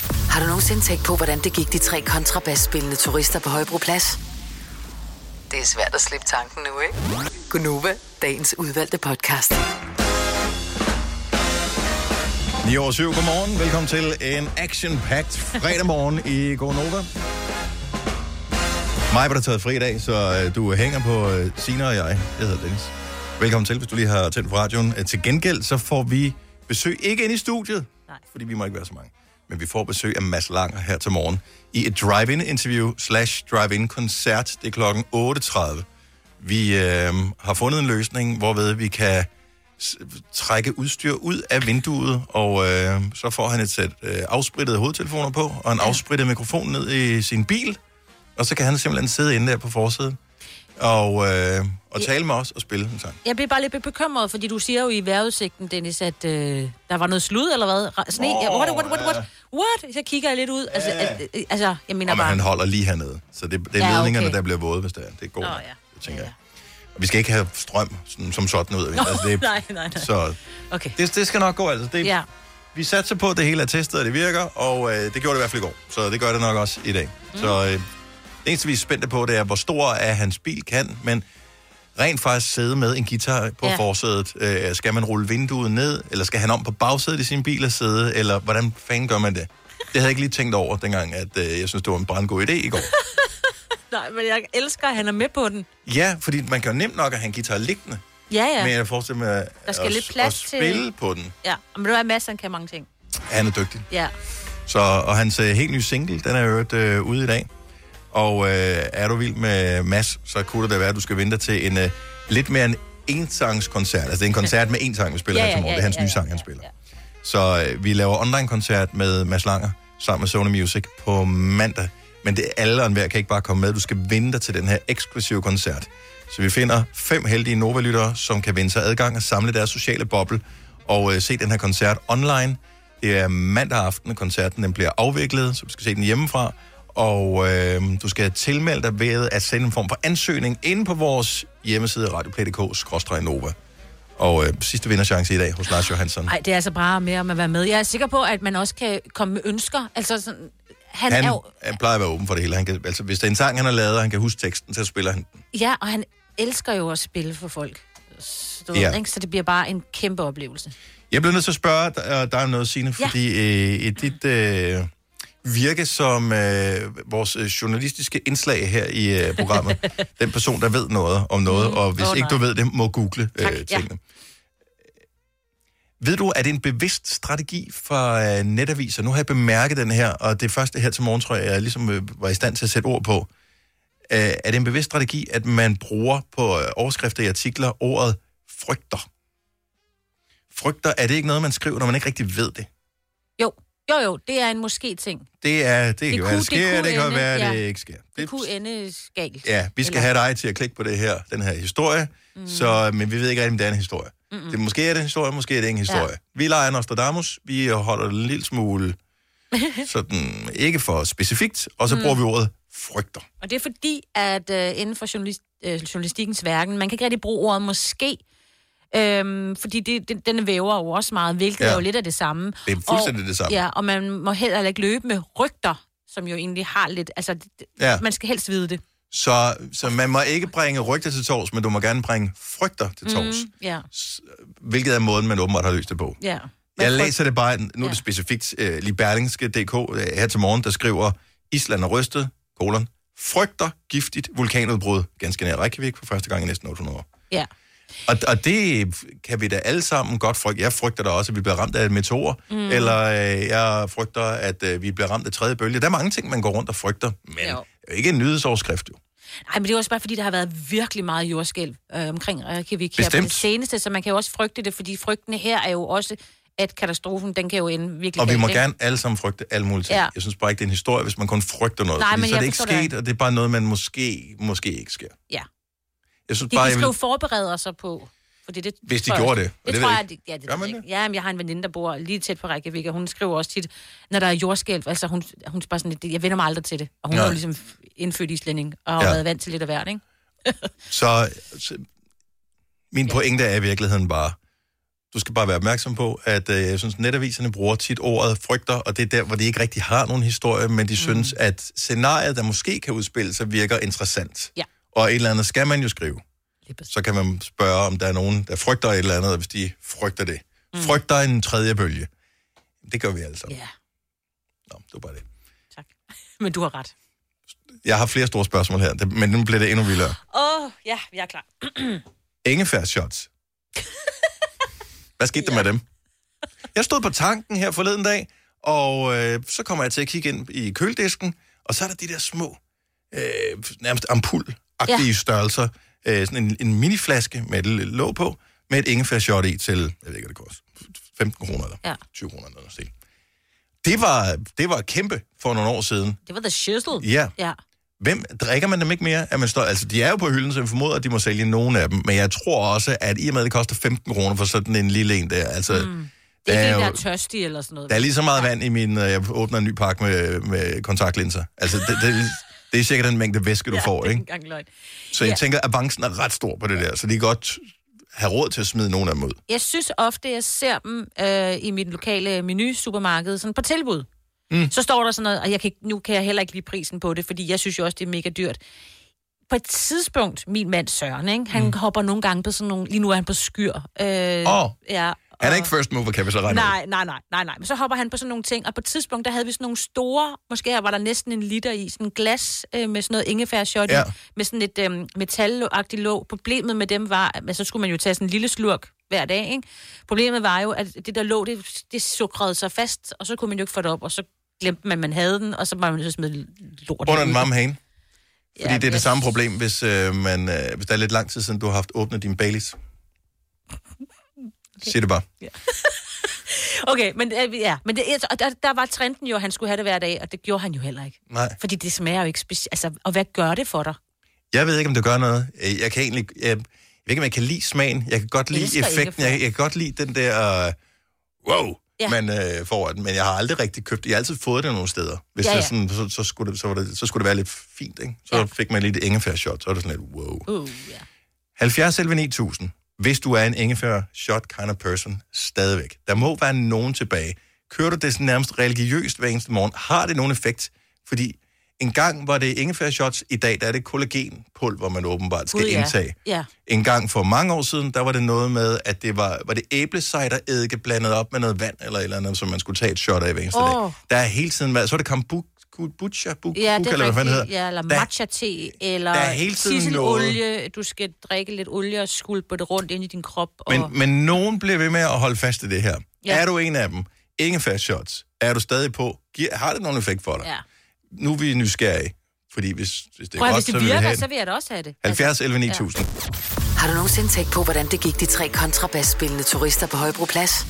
D: Har du nogensinde tænkt på, hvordan det gik de tre kontrabasspillende turister på Højbroplads? Det er svært at slippe tanken nu, ikke? Gunova, dagens udvalgte podcast.
A: 9 over 7, godmorgen. Velkommen til en action-packed fredag morgen i Gonova. Mig var der taget fri i dag, så øh, du hænger på øh, Sina og jeg. Jeg hedder Dennis. Velkommen til, hvis du lige har tændt på radioen. Øh, Til gengæld, så får vi besøg, ikke ind i studiet, Nej. fordi vi må ikke være så mange, men vi får besøg af Mads Langer her til morgen i et drive-in-interview slash drive-in-koncert. Det er klokken 8.30. Vi øh, har fundet en løsning, hvorved vi kan s- trække udstyr ud af vinduet, og øh, så får han et sæt øh, afsprittede hovedtelefoner på, og en afsprittet mikrofon ned i sin bil, og så kan han simpelthen sidde inde der på forsiden og, øh, og tale med os og spille en sang.
C: Jeg bliver bare lidt bekymret, fordi du siger jo i vejrudsigten, Dennis, at øh, der var noget slud eller hvad? Ra- Sne? Oh, what, what, what, what, what? Så kigger jeg lidt ud. Altså,
A: Ja.
C: at, øh, altså jeg mener
A: Og man,
C: bare...
A: han holder lige hernede, så det, det er
C: Ja,
A: ja,
C: okay.
A: ledningerne, okay. der bliver våde, hvis det er. Det er godt,
C: Nå,
A: oh,
C: ja.
A: ja. det tænker jeg. Og vi skal ikke have strøm sådan, som sådan ud af
C: Nå,
A: vinduet. Altså, det, er-
C: [laughs] nej, nej, nej.
A: Så
C: okay.
A: det, det skal nok gå, altså. Det,
C: Ja.
A: Vi satser på, at det hele er testet, og det virker, og øh, det gjorde det i hvert fald i går. Så det gør det nok også i dag. Mm. Så øh, det eneste, vi er spændte på, det er, hvor stor er hans bil kan, men rent faktisk sidde med en guitar på
O: Ja.
A: ja. forsædet. Øh, skal man rulle vinduet ned, eller skal han om på bagsædet i sin bil og sidde, eller hvordan fanden gør man det? Det havde jeg ikke lige tænkt over dengang, at øh, jeg synes, det var en brandgod idé i går.
C: [laughs] Nej, men jeg elsker, at han er med på den.
A: Ja, fordi man kan jo nemt nok at han guitar liggende,
C: Ja,
A: ja.
C: ja.
A: men jeg forestiller mig
C: Der skal
A: at,
C: lidt plads
A: at
C: til-
A: spille på den.
C: Ja, men du er masser, han kan mange ting.
A: Han er dygtig.
C: Ja.
A: Så, og hans øh, helt nye single, den er jo øh, ude i dag. Og øh, er du vild med Mads, så kunne det da være, at du skal vente dig til en øh, lidt mere en ensangskoncert. Altså det er en koncert med én sang, vi spiller
O: Ja,
A: ja, her
O: ja,
A: til morgen.
O: ja,
A: det er hans
O: ja,
A: nye
O: ja,
A: sang, han spiller. Så øh, vi laver online-koncert med Mads Langer sammen med Sony Music på mandag. Men det er alle og enhver kan ikke bare komme med. Du skal vente dig til den her eksklusive koncert. Så vi finder fem heldige Nova-lyttere, som kan vinde sig adgang og samle deres sociale boble og øh, se den her koncert online. Det er mandag aften, at koncerten den bliver afviklet, så du skal se den hjemmefra. Og øh, du skal tilmelde dig ved at sende en form for ansøgning inde på vores hjemmeside radioplay.dk-nova. Og øh, sidste vinderchance i dag hos Lars Johansson.
C: Nej, det er altså bare mere om at være med. Jeg er sikker på, at man også kan komme med ønsker. Altså, sådan, han, han er jo...
A: han plejer at være åben for det hele. Han kan, altså, hvis der er en sang, han har lavet, og han kan huske teksten, så spiller han den.
C: Ja, og han elsker jo at spille for folk. Så Du ved,
A: Ja.
C: ikke? Så det bliver bare en kæmpe oplevelse.
A: Jeg bliver nødt til at spørge dig, øh, dig om noget, Signe,
C: Ja.
A: fordi øh, i dit øh, virke som øh, vores øh, journalistiske indslag her i øh,
O: [laughs]
A: programmet, den person, der ved noget om noget, mm. og hvis
O: Åh,
A: oh, ikke du
O: nej.
A: ved det, må google
O: Tak,
A: øh,
O: ja.
A: tingene. Ved du, er det en bevidst strategi fra øh, netaviser? Nu har jeg bemærket den her, og det første her til morgen, tror jeg, jeg ligesom øh, var i stand til at sætte ord på. Øh, er det en bevidst strategi, at man bruger på øh, overskrifter i artikler ordet frygter? Frygter, er det ikke noget, man skriver, når man ikke rigtig ved det?
C: Jo, jo, jo, det er en måske-ting.
A: Det, er, det, det kan
C: kunne-
A: kunne, være,
C: det
A: det sker, det,
C: kunne
A: det kan
C: ende,
A: være, det
C: ja.
A: ikke sker.
C: Det kunne ende galt.
A: Ja, vi skal
C: Eller-
A: have dig til at klikke på det her, den her historie, mm. så, men vi ved ikke rigtig, om det er en historie.
C: Mm.
A: Mm-mm. Det, måske er det en historie, måske er det ikke en historie.
O: Ja.
A: Ja. Vi leger Nostradamus, vi holder det en lille smule
C: [laughs]
A: sådan, ikke for specifikt, og så
C: Mm.
A: mm. bruger vi ordet frygter.
C: Og det er fordi, at øh, inden for journalist, øh, journalistikkens verden, man kan ikke rigtig bruge ordet måske, øhm, fordi det, den, den væver jo også meget, hvilket ja.
A: Ja.
C: er jo lidt af det samme.
A: Det er fuldstændig
C: og,
A: det samme.
C: Ja, og man må heller ikke løbe med rygter, som jo egentlig har lidt... Altså, ja.
A: Ja.
C: man skal helst vide det.
A: Så, så man må ikke bringe rygter til tors, men du må gerne bringe frygter til tors, mm.
C: ja.
A: hvilket er måden, man åbenbart har løst det på.
C: ja.
A: Jeg læser det bare, nu er det specifikt øh, lige Berlingske.dk øh, her til morgen, der skriver, Island er rystet, kolon, frygter giftigt vulkanudbrud, ganske nær Reykjavik for første gang i næsten 800 år.
C: Ja.
A: Og, og det kan vi da alle sammen godt frygte. Jeg frygter da også, at vi bliver ramt af et meteor,
O: Mm.
A: mm. eller øh, jeg frygter, at øh, vi bliver ramt af tredje bølge. Der er mange ting, man går rundt og frygter, men
C: Jo.
A: jo. ikke en nyhedsoverskrift jo.
C: Ej, men det er også bare, fordi der har været virkelig meget jordskælv øh, omkring Reykjavik her på
A: Bestemt.
C: det seneste, så man kan jo også frygte det, fordi frygten her er jo også, at katastrofen, den kan jo ende virkelig
A: Og vi
C: galt,
A: må
C: ikke?
A: gerne alle sammen frygte alle mulige ting.
C: Ja.
A: Ja. Jeg synes bare ikke, det er en historie, hvis man kun frygter noget.
C: Nej,
A: Nej,
C: men
A: fordi så er
C: jeg
A: det ikke
C: forstår det.
A: sket, og det er bare noget, man måske, måske ikke sker.
C: Ja.
A: Jeg synes
C: De,
A: bare,
C: de
A: jeg
C: skal
A: vil...
C: jo forberede sig på... Fordi det,
A: Hvis de
C: tror jeg
A: gjorde
C: også-
A: det, og det
C: det
A: ved
C: tror
A: jeg
C: jeg, det, ja, det ved jeg ikke. Ja, men jeg har en veninde, der bor lige tæt på Reykjavik, og hun skriver også tit, når der er jordskælv, altså hun, hun er bare sådan lidt, jeg vender mig aldrig til det. Og hun
A: Nej.
C: er jo ligesom indfødt islænding, og har ja.
A: Ja.
C: været vant til lidt af hvert, ikke?
A: Så, så Min pointe er i virkeligheden bare, du skal bare være opmærksom på, at øh, jeg synes, netaviserne bruger tit ordet frygter, og det er der, hvor de ikke rigtig har nogen historie, men de mm. synes, at scenariet, der måske kan udspille sig, virker interessant.
C: Ja.
A: Og et eller andet skal man jo skrive. Så kan man spørge, om der er nogen, der frygter et eller andet, og hvis de frygter det. Mm. Frygter en tredje bølge. Det gør vi alle sammen.
C: Ja.
A: Nå, det var bare det.
C: [laughs] Men du har ret.
A: Jeg har flere store spørgsmål her, det- men nu bliver det endnu vildere.
P: Åh, oh, ja, jeg er klar.
A: Ingefærdsshots. Hvad skete der med dem? Jeg stod på tanken her forleden dag, og øh, så kommer jeg til at kigge ind i køledisken, og så er der de der små, øh, nærmest ampul-agtige
L: Ja.
A: ja. størrelser. Øh, sådan en, en miniflaske med et lille låg på, med et ingefærdshot i til, jeg ved ikke, hvad det koster, 15 kroner eller
C: Ja.
A: 20 kroner eller noget. i den stil. Det var, det var kæmpe for nogle år siden.
C: [clears throat] Det var the shizzle.
A: Ja.
C: ja.
A: Hvem drikker man dem ikke mere? At man står, altså, de er jo på hylden, så jeg formoder, at de må sælge nogle af dem. Men jeg tror også, at i og med, at det koster 15 kroner for sådan en lille en der, altså, mm.
C: Det
A: der,
C: er
A: er
C: ikke,
A: jo,
C: der er tørstig eller sådan noget.
A: der er lige så meget vand i min, øh, jeg åbner en ny pakke med, med kontaktlinser. Altså, det, det, er- det er sikkert den mængde væske,
C: [laughs]
A: du ja, får,
C: det er
A: ikke?
C: engang løgn.
A: Så jeg
C: Ja.
A: ja. tænker, at avancen er ret stor på det der, så de kan godt have råd til at smide nogle af dem ud.
C: Jeg synes ofte, jeg ser dem øh, i mit lokale menu supermarked sådan på tilbud. Mm. Så står der sådan noget, og jeg kan, ikke- nu kan jeg heller ikke lide prisen på det, fordi jeg synes jo også, det er mega dyrt. På et tidspunkt, min mand Søren, ikke, han mm. hopper nogle gange på sådan nogle... Lige nu er han på skyr. Øh,
A: Åh.
C: ja,
A: Han er ikke first mover, kan vi så regne ud.
C: Nej, nej, nej, nej, nej. Men så hopper han på sådan nogle ting, og på et tidspunkt, der havde vi sådan nogle store, måske her var der næsten en liter i, sådan en glas øh, med sådan noget ingefærshot ja.
A: Ja.
C: med sådan et øh, metalagtigt låg. Problemet med dem var, at så skulle man jo tage sådan en lille slurk hver dag, ikke? Problemet var jo, at det der lå, det, det sukkrede sig fast, og så kunne man jo ikke få det op, og så glemte man, man havde den, og så var man nødt til at smide lort.
A: Under en
C: ud.
A: mamhane. Fordi
C: Ja,
A: ja, det er
C: jeg-
A: det samme problem, hvis, øh, man, øh, hvis der er lidt lang tid siden, du har haft åbnet din Baileys. Okay. Sig det bare.
C: Okay, men, øh, ja, men det, og der, der var trenden jo, at han skulle have det hver dag, og det gjorde han jo heller ikke.
A: Nej.
C: Fordi det smager jo ikke specielt. Altså, og hvad gør det for dig?
A: Jeg ved ikke, om det gør noget. Øh, Jeg kan egentlig... Jeg, jeg ved ikke, om jeg kan lide smagen. Jeg kan godt
C: Jeg
A: lide
C: elsker
A: effekten.
C: ingefær.
A: Jeg, jeg kan godt lide den der... Øh, wow!
C: Ja.
A: Ja. Man øh, får af den. Men jeg har aldrig rigtig købt det. Jeg har altid fået det nogle steder. Hvis
C: Ja,
A: ja, ja.
C: ja.
A: Det sådan, så, så, skulle det, så, var det, så skulle det være lidt fint, ikke? Så
C: Ja.
A: ja. fik man lige det ingefær-shot. Så var det sådan lidt, wow.
C: Uh, ja.
A: 70 selv 9000. Hvis du er en ingefær-shot kind of person, stadigvæk. Der må være nogen tilbage. Kører du det sådan nærmest religiøst hver eneste morgen? Har det nogen effekt? Fordi en gang var det ingefær-shots, i dag der er det kollagenpulver, man åbenbart skal
C: Gud, ja.
A: indtage.
C: Ja.
A: En gang for mange år siden, der var det noget med, at det var, var det æblecider eddike blandet op med noget vand eller et eller andet, som man skulle tage et shot af hver eneste
C: Åh.
A: oh. dag. Der er hele tiden været, så er det kombucha, bu,
C: Ja, det
A: eller
C: er
A: hvad fanden
C: rigtigt.
A: hedder.
C: Ja, eller
A: Der-
C: matcha te, eller
A: der er hele tiden
C: tisselolie. Du skal drikke lidt olie og skulpe det rundt ind i din krop. Og...
A: Men, men nogen bliver ved med at holde fast i det her.
C: Ja.
A: Ja. Er du en af dem? Ingefær shots. Er du stadig på? Giver, har det nogen effekt for dig?
C: Ja.
A: Nu er vi nysgerrige. Fordi hvis, hvis det er
D: Prøv at-
A: godt,
D: hvis det
A: så vil vi
D: virker, Altså,
A: have
D: så
A: den.
C: vil jeg da også have det.
A: 70 11 9000.
D: Har du nogensinde tænkt på, hvordan det gik de tre kontrabasspillende turister på Højbroplads?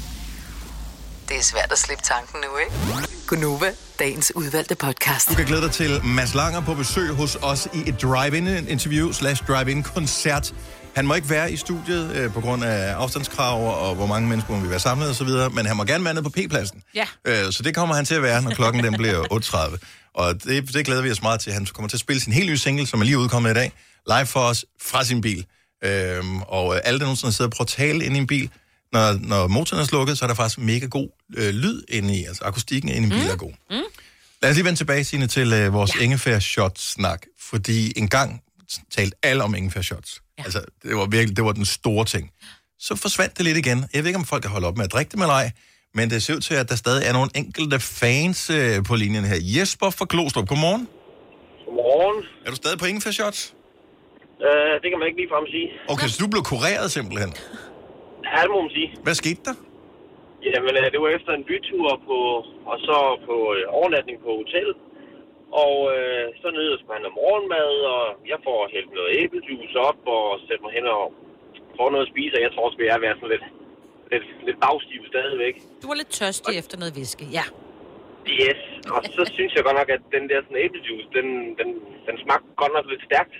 D: Det er svært at slippe tanken nu, ikke? Gunova, dagens udvalgte podcast.
A: Du kan glæde dig til Mads Langer på besøg hos os i et drive-in interview slash drive-in koncert. Han må ikke være i studiet øh, på grund af afstandskrav og, og hvor mange mennesker må vi være samlet osv., men han må gerne være nede på P-pladsen.
C: Ja.
A: Øh, så det kommer han til at være, når klokken den bliver 8.30. Og det, det glæder vi os meget til. Han kommer til at spille sin helt nye single, som er lige udkommet i dag, live for os fra sin bil. Øhm, og øh, alle, der nogensinde sidder og prøver at tale inde i en bil, når, når motoren er slukket, så er der faktisk mega god øh, lyd inde i, altså akustikken inde i en bil er god.
Q: Mm.
A: Lad os lige vende tilbage, Signe, til øh, vores ja. ingefær-shot-snak. Fordi engang t- talte alle om ingefær-shots. Ja. Altså, det var virkelig det var den store ting. Så forsvandt det lidt igen. Jeg ved ikke, om folk har holdt op med at drikke dem eller ej, men det ser ud til, at der stadig er nogle enkelte fans øh, på linjen her. Jesper fra Klostrup, godmorgen.
K: Godmorgen.
A: Er du stadig på ingefær-shots?
K: Øh, det kan man ikke ligefrem sige.
A: Okay, så du blev kureret simpelthen.
K: Ja, det må man sige.
A: Hvad skete der?
K: Jamen, øh, det var efter en bytur på, og så på øh, overnatning på hotel. Og øh, så nede skal man have morgenmad, og jeg får hældt noget æblejuice op og sætter mig hen og får noget at spise, og jeg tror sgu, jeg er været sådan lidt, lidt, lidt bagstiv stadigvæk.
C: Du var lidt tørstig efter noget væske, ja.
K: Yes, [laughs] og så synes jeg godt nok, at den der sådan æblejuice, den, den, den smagte godt nok lidt stærkt.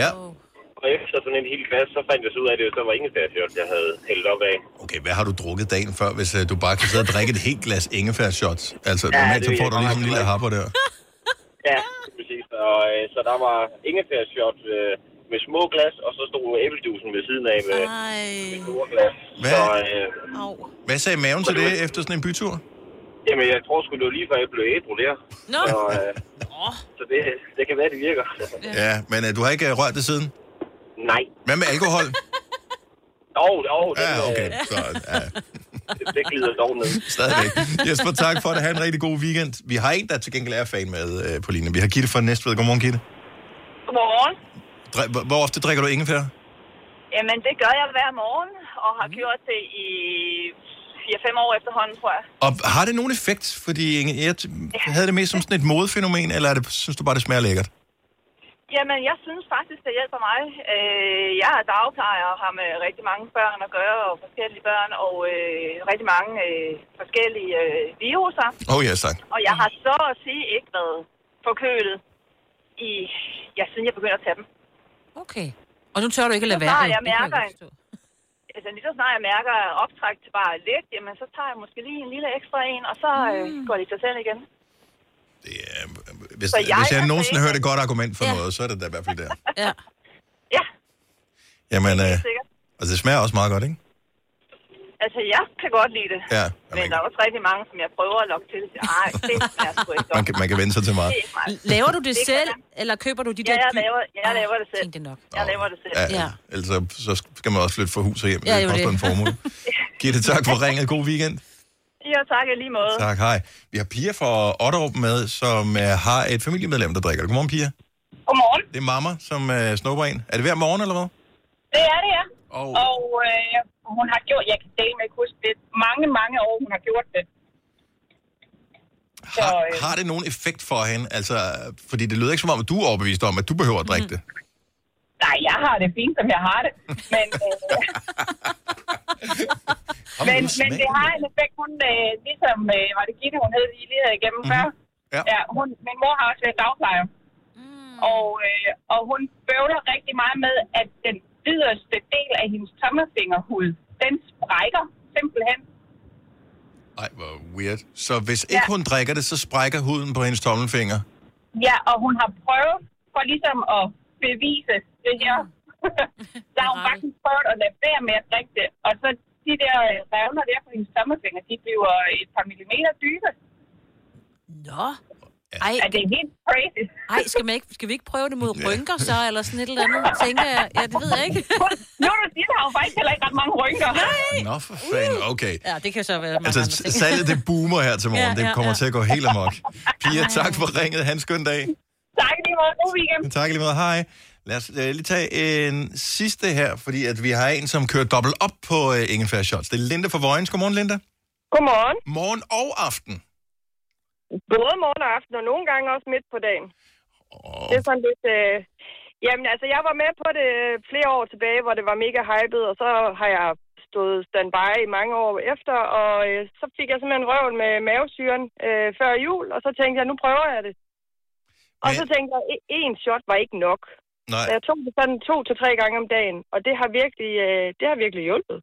A: Ja.
K: Og efter sådan en hel glas, så fandt jeg så ud af, at det så var ingen stærkt, jeg havde hældt op af.
A: Okay, hvad har du drukket dagen før, hvis øh, du bare kan sidde og drikke et helt glas ingefær-shots? Altså,
K: Ja,
A: ja, normalt
K: det
A: så
K: ved
A: får
K: jeg
A: du
K: godt
A: lige
K: nok,
A: sådan en lille
K: det var
A: happer der.
K: Ja, præcis. Og, øh, så der var ingefærshot øh, med små glas, og så stod æblejuicen ved siden af med, med store glas.
A: Hvad?
K: Så, øh,
A: Hvad sagde maven til det efter sådan en bytur?
K: jamen, jeg tror sgu, det var lige før jeg blev ædru der.
C: Nå.
K: Så, øh, så det, det kan være, det virker.
A: Ja, men øh, du har ikke øh, rørt det siden?
K: Nej.
A: Hvad med alkohol?
K: Jo, jo. det,
A: Ja, okay.
K: øh,
A: Så,
K: det glider dog ned.
A: [laughs] Stadigvæk. Jesper, tak for det. Ha' en rigtig god weekend. Vi har en, der til gengæld er fan med øh, på linjen. Vi har Gitte fra Næstved. Godmorgen, Gitte.
J: Godmorgen.
A: Dri- hvor- hvor ofte drikker du ingefær?
J: Jamen, det gør jeg hver morgen, og har gjort det i 4-5 år efterhånden, tror jeg.
A: Og har det nogen effekt? Fordi Inge, jeg t- havde det mest som sådan et modefænomen, eller er det, synes du bare, det smager lækkert?
J: Jamen, jeg synes faktisk, det hjælper mig. Øh, jeg er dagplejer og har med rigtig mange børn at gøre, og forskellige børn, og øh, rigtig mange øh, forskellige øh, viruser.
A: Åh, oh, ja, tak.
J: Og jeg har så at sige ikke været forkølet i, ja, siden jeg begyndte at tage dem.
C: Okay. Og nu tør du ikke at lade
J: Så
C: være.
J: snart
C: jo.
J: jeg
C: Det kan
J: mærker en,
C: godt
J: altså lige så snart jeg mærker optræk til bare lidt, jamen så tager jeg måske lige en lille ekstra en, og så øh,
C: Mm.
J: går det i sig selv igen.
A: Hvis,
J: Så
A: jeg,
J: jeg
A: hvis jeg
J: er
A: nogensinde
J: fan.
A: hører et godt argument for ja. noget, så er det da i hvert fald der.
C: Ja.
J: Ja,
A: Jamen, øh,
J: sikkert.
A: altså, det smager også meget godt, ikke?
J: [laughs] Altså, jeg kan godt lide det.
A: Ja,
J: Men der er også rigtig mange, som jeg prøver at lokke til. og siger, Ej, det er sgu ikke
A: Man kan, man kan vende sig til meget.
J: godt.
C: Laver du det
J: kan
C: selv,
J: jeg.
C: eller køber du de
J: Ja,
C: der
J: jeg
C: gy-
J: laver, jeg laver det selv.
C: det nok.
J: Jeg laver det selv.
A: Ja. Ellers så, Altså, så skal man også flytte fra hus og hjem.
J: Ja,
A: det
J: jo,
A: koster
J: det.
A: en formue.
J: [laughs]
A: Gitte, tak for ringet. God weekend.
J: Ja, tak i lige måde.
A: Tak, hej. Vi har Pia fra Otterup med, som øh, har et familiemedlem, der drikker. Godmorgen, Pia.
J: Godmorgen.
A: Det er mamma, som øh, snupper en. Er det hver morgen, eller hvad?
I: Det er det, ja.
A: Og,
I: og øh, hun har gjort, jeg kan dele med huske det, mange, mange år, hun har gjort det. Så, øh,
A: Har det nogen effekt for hende? Altså, fordi det lyder ikke som om, at du er overbevist om, at du behøver at drikke
C: Mhm.
A: det.
I: nej, jeg har det fint, som jeg har det. Men, øh,
A: [laughs] Kom,
I: men,
A: nu
I: men
A: smag
I: det
A: den.
I: har en effekt. Hun, øh, ligesom øh, var det Gitte, hun hed, I lige havde igennem mm-hmm. før.
A: Mhm. Ja.
I: Ja, hun, min mor har også været dagplejer. Mm. Og, øh, og hun bøvler rigtig meget med, at den yderste del af hendes tommelfingerhud, den sprækker simpelthen.
A: Ej, hvor weird. Så hvis ikke hun drikker det, så sprækker huden på hendes tommelfinger.
I: Ja, og hun har prøvet for ligesom at bevise det her. [laughs] så har hun faktisk prøvet at lade være med at drikke det. Og så de der øh, revner der på hendes tommelfinger, de bliver et par millimeter dybe.
C: Nå. Ej,
I: er det er helt crazy.
C: Ej, skal, man ikke, skal vi ikke prøve det mod rynker så, eller sådan et eller andet, tænker jeg? Ja, det ved jeg ikke.
I: nu du siger, der har jo faktisk heller ikke ret mange rynker.
C: Nej.
A: Nå, for fanden. Okay.
C: Ja, det kan så være mange
A: Altså,
C: andre ting.
A: salget det boomer her til morgen.
C: Ja,
A: Det
C: ja,
A: kommer
C: ja.
A: til at gå helt amok.
C: [laughs]
A: Pia, tak for ringet. Han skøn dag.
I: Tak lige meget. God weekend.
A: Tak i lige måde. Hej. Lad os øh, lige tage en sidste her, fordi at vi har en, som kører dobbelt op på øh, Ingefær Shots. Det er Linda fra Vojens. Godmorgen, Linda.
J: Godmorgen.
A: Morgen og aften.
J: Både morgen og aften, og nogle gange også midt på dagen.
A: Oh.
J: Det er sådan lidt... Øh... Jamen, altså, jeg var med på det øh, flere år tilbage, hvor det var mega hypet, og så har jeg stået standby i mange år efter, og øh, så fik jeg simpelthen røven med mavesyren øh, før jul, og så tænkte jeg, nu prøver jeg det. Og så tænkte jeg, "E-, en shot var ikke nok.
A: Nej.
J: Så jeg tog det sådan to til tre gange om dagen, og det har virkelig, øh, det har virkelig hjulpet.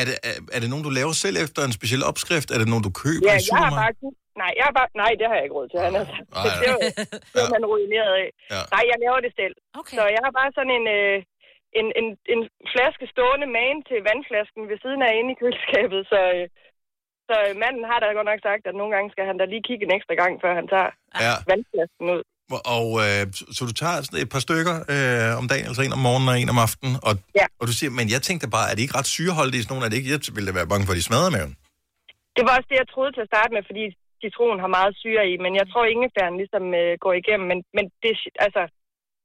A: Er det, er, er det nogen, du laver selv efter en speciel opskrift? Er det nogen, du køber
J: Ja,
A: i
J: jeg har
A: supermarkedet?
J: bare... Nej, jeg har bare, nej, det har jeg ikke råd til. Han er,
A: [laughs] nej,
J: det er jo det er man ruineret af.
A: Ja.
J: Nej, jeg laver det selv. Okay. Så jeg har bare sådan en, øh, en, en, en flaske stående magen til vandflasken ved siden af inde i køleskabet. Så, øh, så øh, manden har da godt nok sagt, at nogle gange skal han da lige kigge en ekstra gang, før han tager
A: Ja.
J: vandflasken ud.
A: Og øh, så- så du tager sådan et par stykker øh, om dagen, altså en om morgenen og en om aftenen, og,
J: ja.
A: og du siger, men jeg tænkte bare, er det ikke ret syreholdige sådan nogle? Er det ikke, jeg ville da være bange for, at de smadrer maven.
J: Det var også det, jeg troede til at starte med, fordi citron har meget syre i, men jeg tror, ingefæren ligesom øh, går igennem. Men, men det, altså,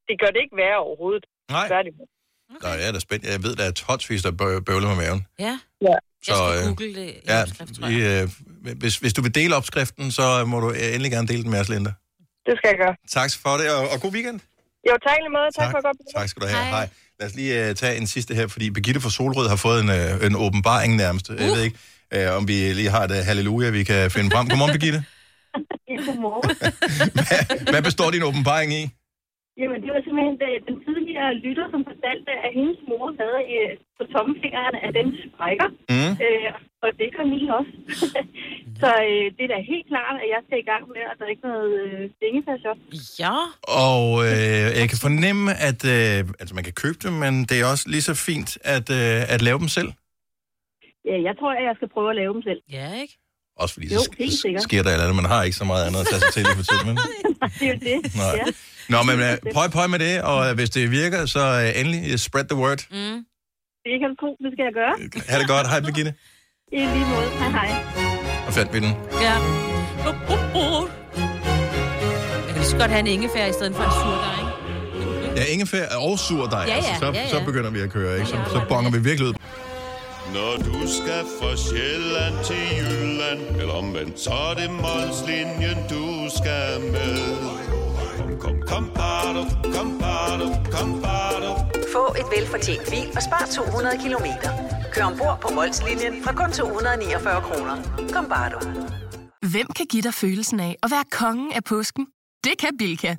J: det gør det ikke værre overhovedet.
A: Nej.
J: Gør det.
A: Okay. Nå, jeg er da spændt. Jeg ved, der er tonsvis, der bø- bøvler med maven.
C: Ja.
J: ja.
A: Så, jeg skal google øh, det. Ja, vi, øh, hvis, hvis du vil dele opskriften, så må du øh, endelig gerne dele den med os, Linda.
J: Det skal jeg gøre.
A: Tak for det, og, og god weekend.
J: Jo, tak i lige måde. Tak,
A: Tak.
J: for at godt besøg.
A: Tak skal du have. Hej. Hej. Lad os lige uh, tage en sidste her, fordi Birgitte fra Solrød har fået en, uh, en åbenbaring nærmest. Uh. Jeg ved ikke, uh, om vi lige har et uh, halleluja, vi kan finde frem. Godmorgen, Birgitte.
C: [laughs]
R: Godmorgen.
A: Hvad består din åbenbaring i?
R: Jamen, det var simpelthen øh, den tidligere lytter, som fortalte, at hendes mor havde øh, på tommefingeren, at den sprækker.
A: Mm.
R: Øh, og det gør min også. så
I: [laughs] Så øh, det er da helt klart, at jeg skal i gang med at drikke noget øh, ingefærshot.
C: Ja.
A: Og øh, jeg kan fornemme, at øh, altså, man kan købe dem, men det er også lige så fint at, øh, at lave dem selv.
I: Ja, jeg tror, at jeg skal prøve at lave dem selv.
C: Ja, ikke?
A: Også fordi
I: Jo,
A: så sk-
I: helt
A: s-
I: sikkert.
A: sker der et eller andet. Man har ikke så meget andet at tage sig til lige for tiden. Men...
I: [laughs] det er jo det.
A: Nej.
I: Ja.
A: Nå, men øh, prøv, prøv med det, og øh, hvis det virker, så øh, endelig øh, spread the word.
I: Mm. Det er helt det skal jeg gøre.
A: Ha' det godt. Hej, Birgitte.
I: I lige måde. Hej hej.
A: Og fandt vi den.
C: Ja. Uh, uh, uh. Jeg kan lige så godt have en ingefær i stedet for en surdej, ikke?
A: Ja, ingefær og surdej.
C: Ja, ja,
A: altså, så,
C: ja, ja.
A: så begynder vi at køre, ikke? Så, så bonger vi virkelig ud.
S: Når du skal fra Sjælland til Jylland, eller omvendt, så er det Molslinjen, du skal med. Kom, kom, kom, bado, kom, bado, kom, bado.
T: Få et velfortjent bil og spar 200 kilometer. Kør ombord på Molslinjen fra kun 249 kroner. Kom bare du.
U: Hvem kan give dig følelsen af at være kongen af påsken? Det kan Bilka!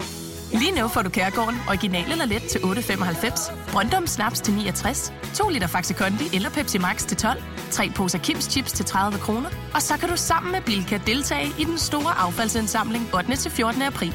U: Lige nu får du Kærgården original eller let til 8.95, Brøndum Snaps til 69, 2 liter Faxi Kondi eller Pepsi Max til 12, 3 poser Kims Chips til 30 kroner, og så kan du sammen med Bilka deltage i den store affaldsindsamling 8. til 14. april.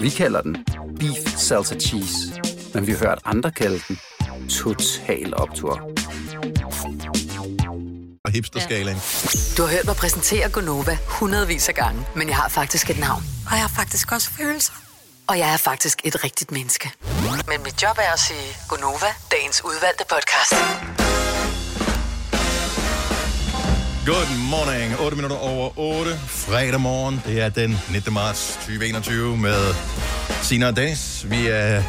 V: Vi kalder den Beef Salsa Cheese, men vi har hørt andre kalde den Total Optor.
A: Og hipsterskalaen.
D: Du har hørt mig præsentere Gonova hundredvis af gange, men jeg har faktisk et navn.
T: Og jeg har faktisk også følelser.
D: Og jeg er faktisk et rigtigt menneske. Men mit job er at sige Gonova, dagens udvalgte podcast.
A: Good morning. 8 minutter over 8. Fredag morgen. Det er den 19. marts 2021 med Sina og Dennis. Vi er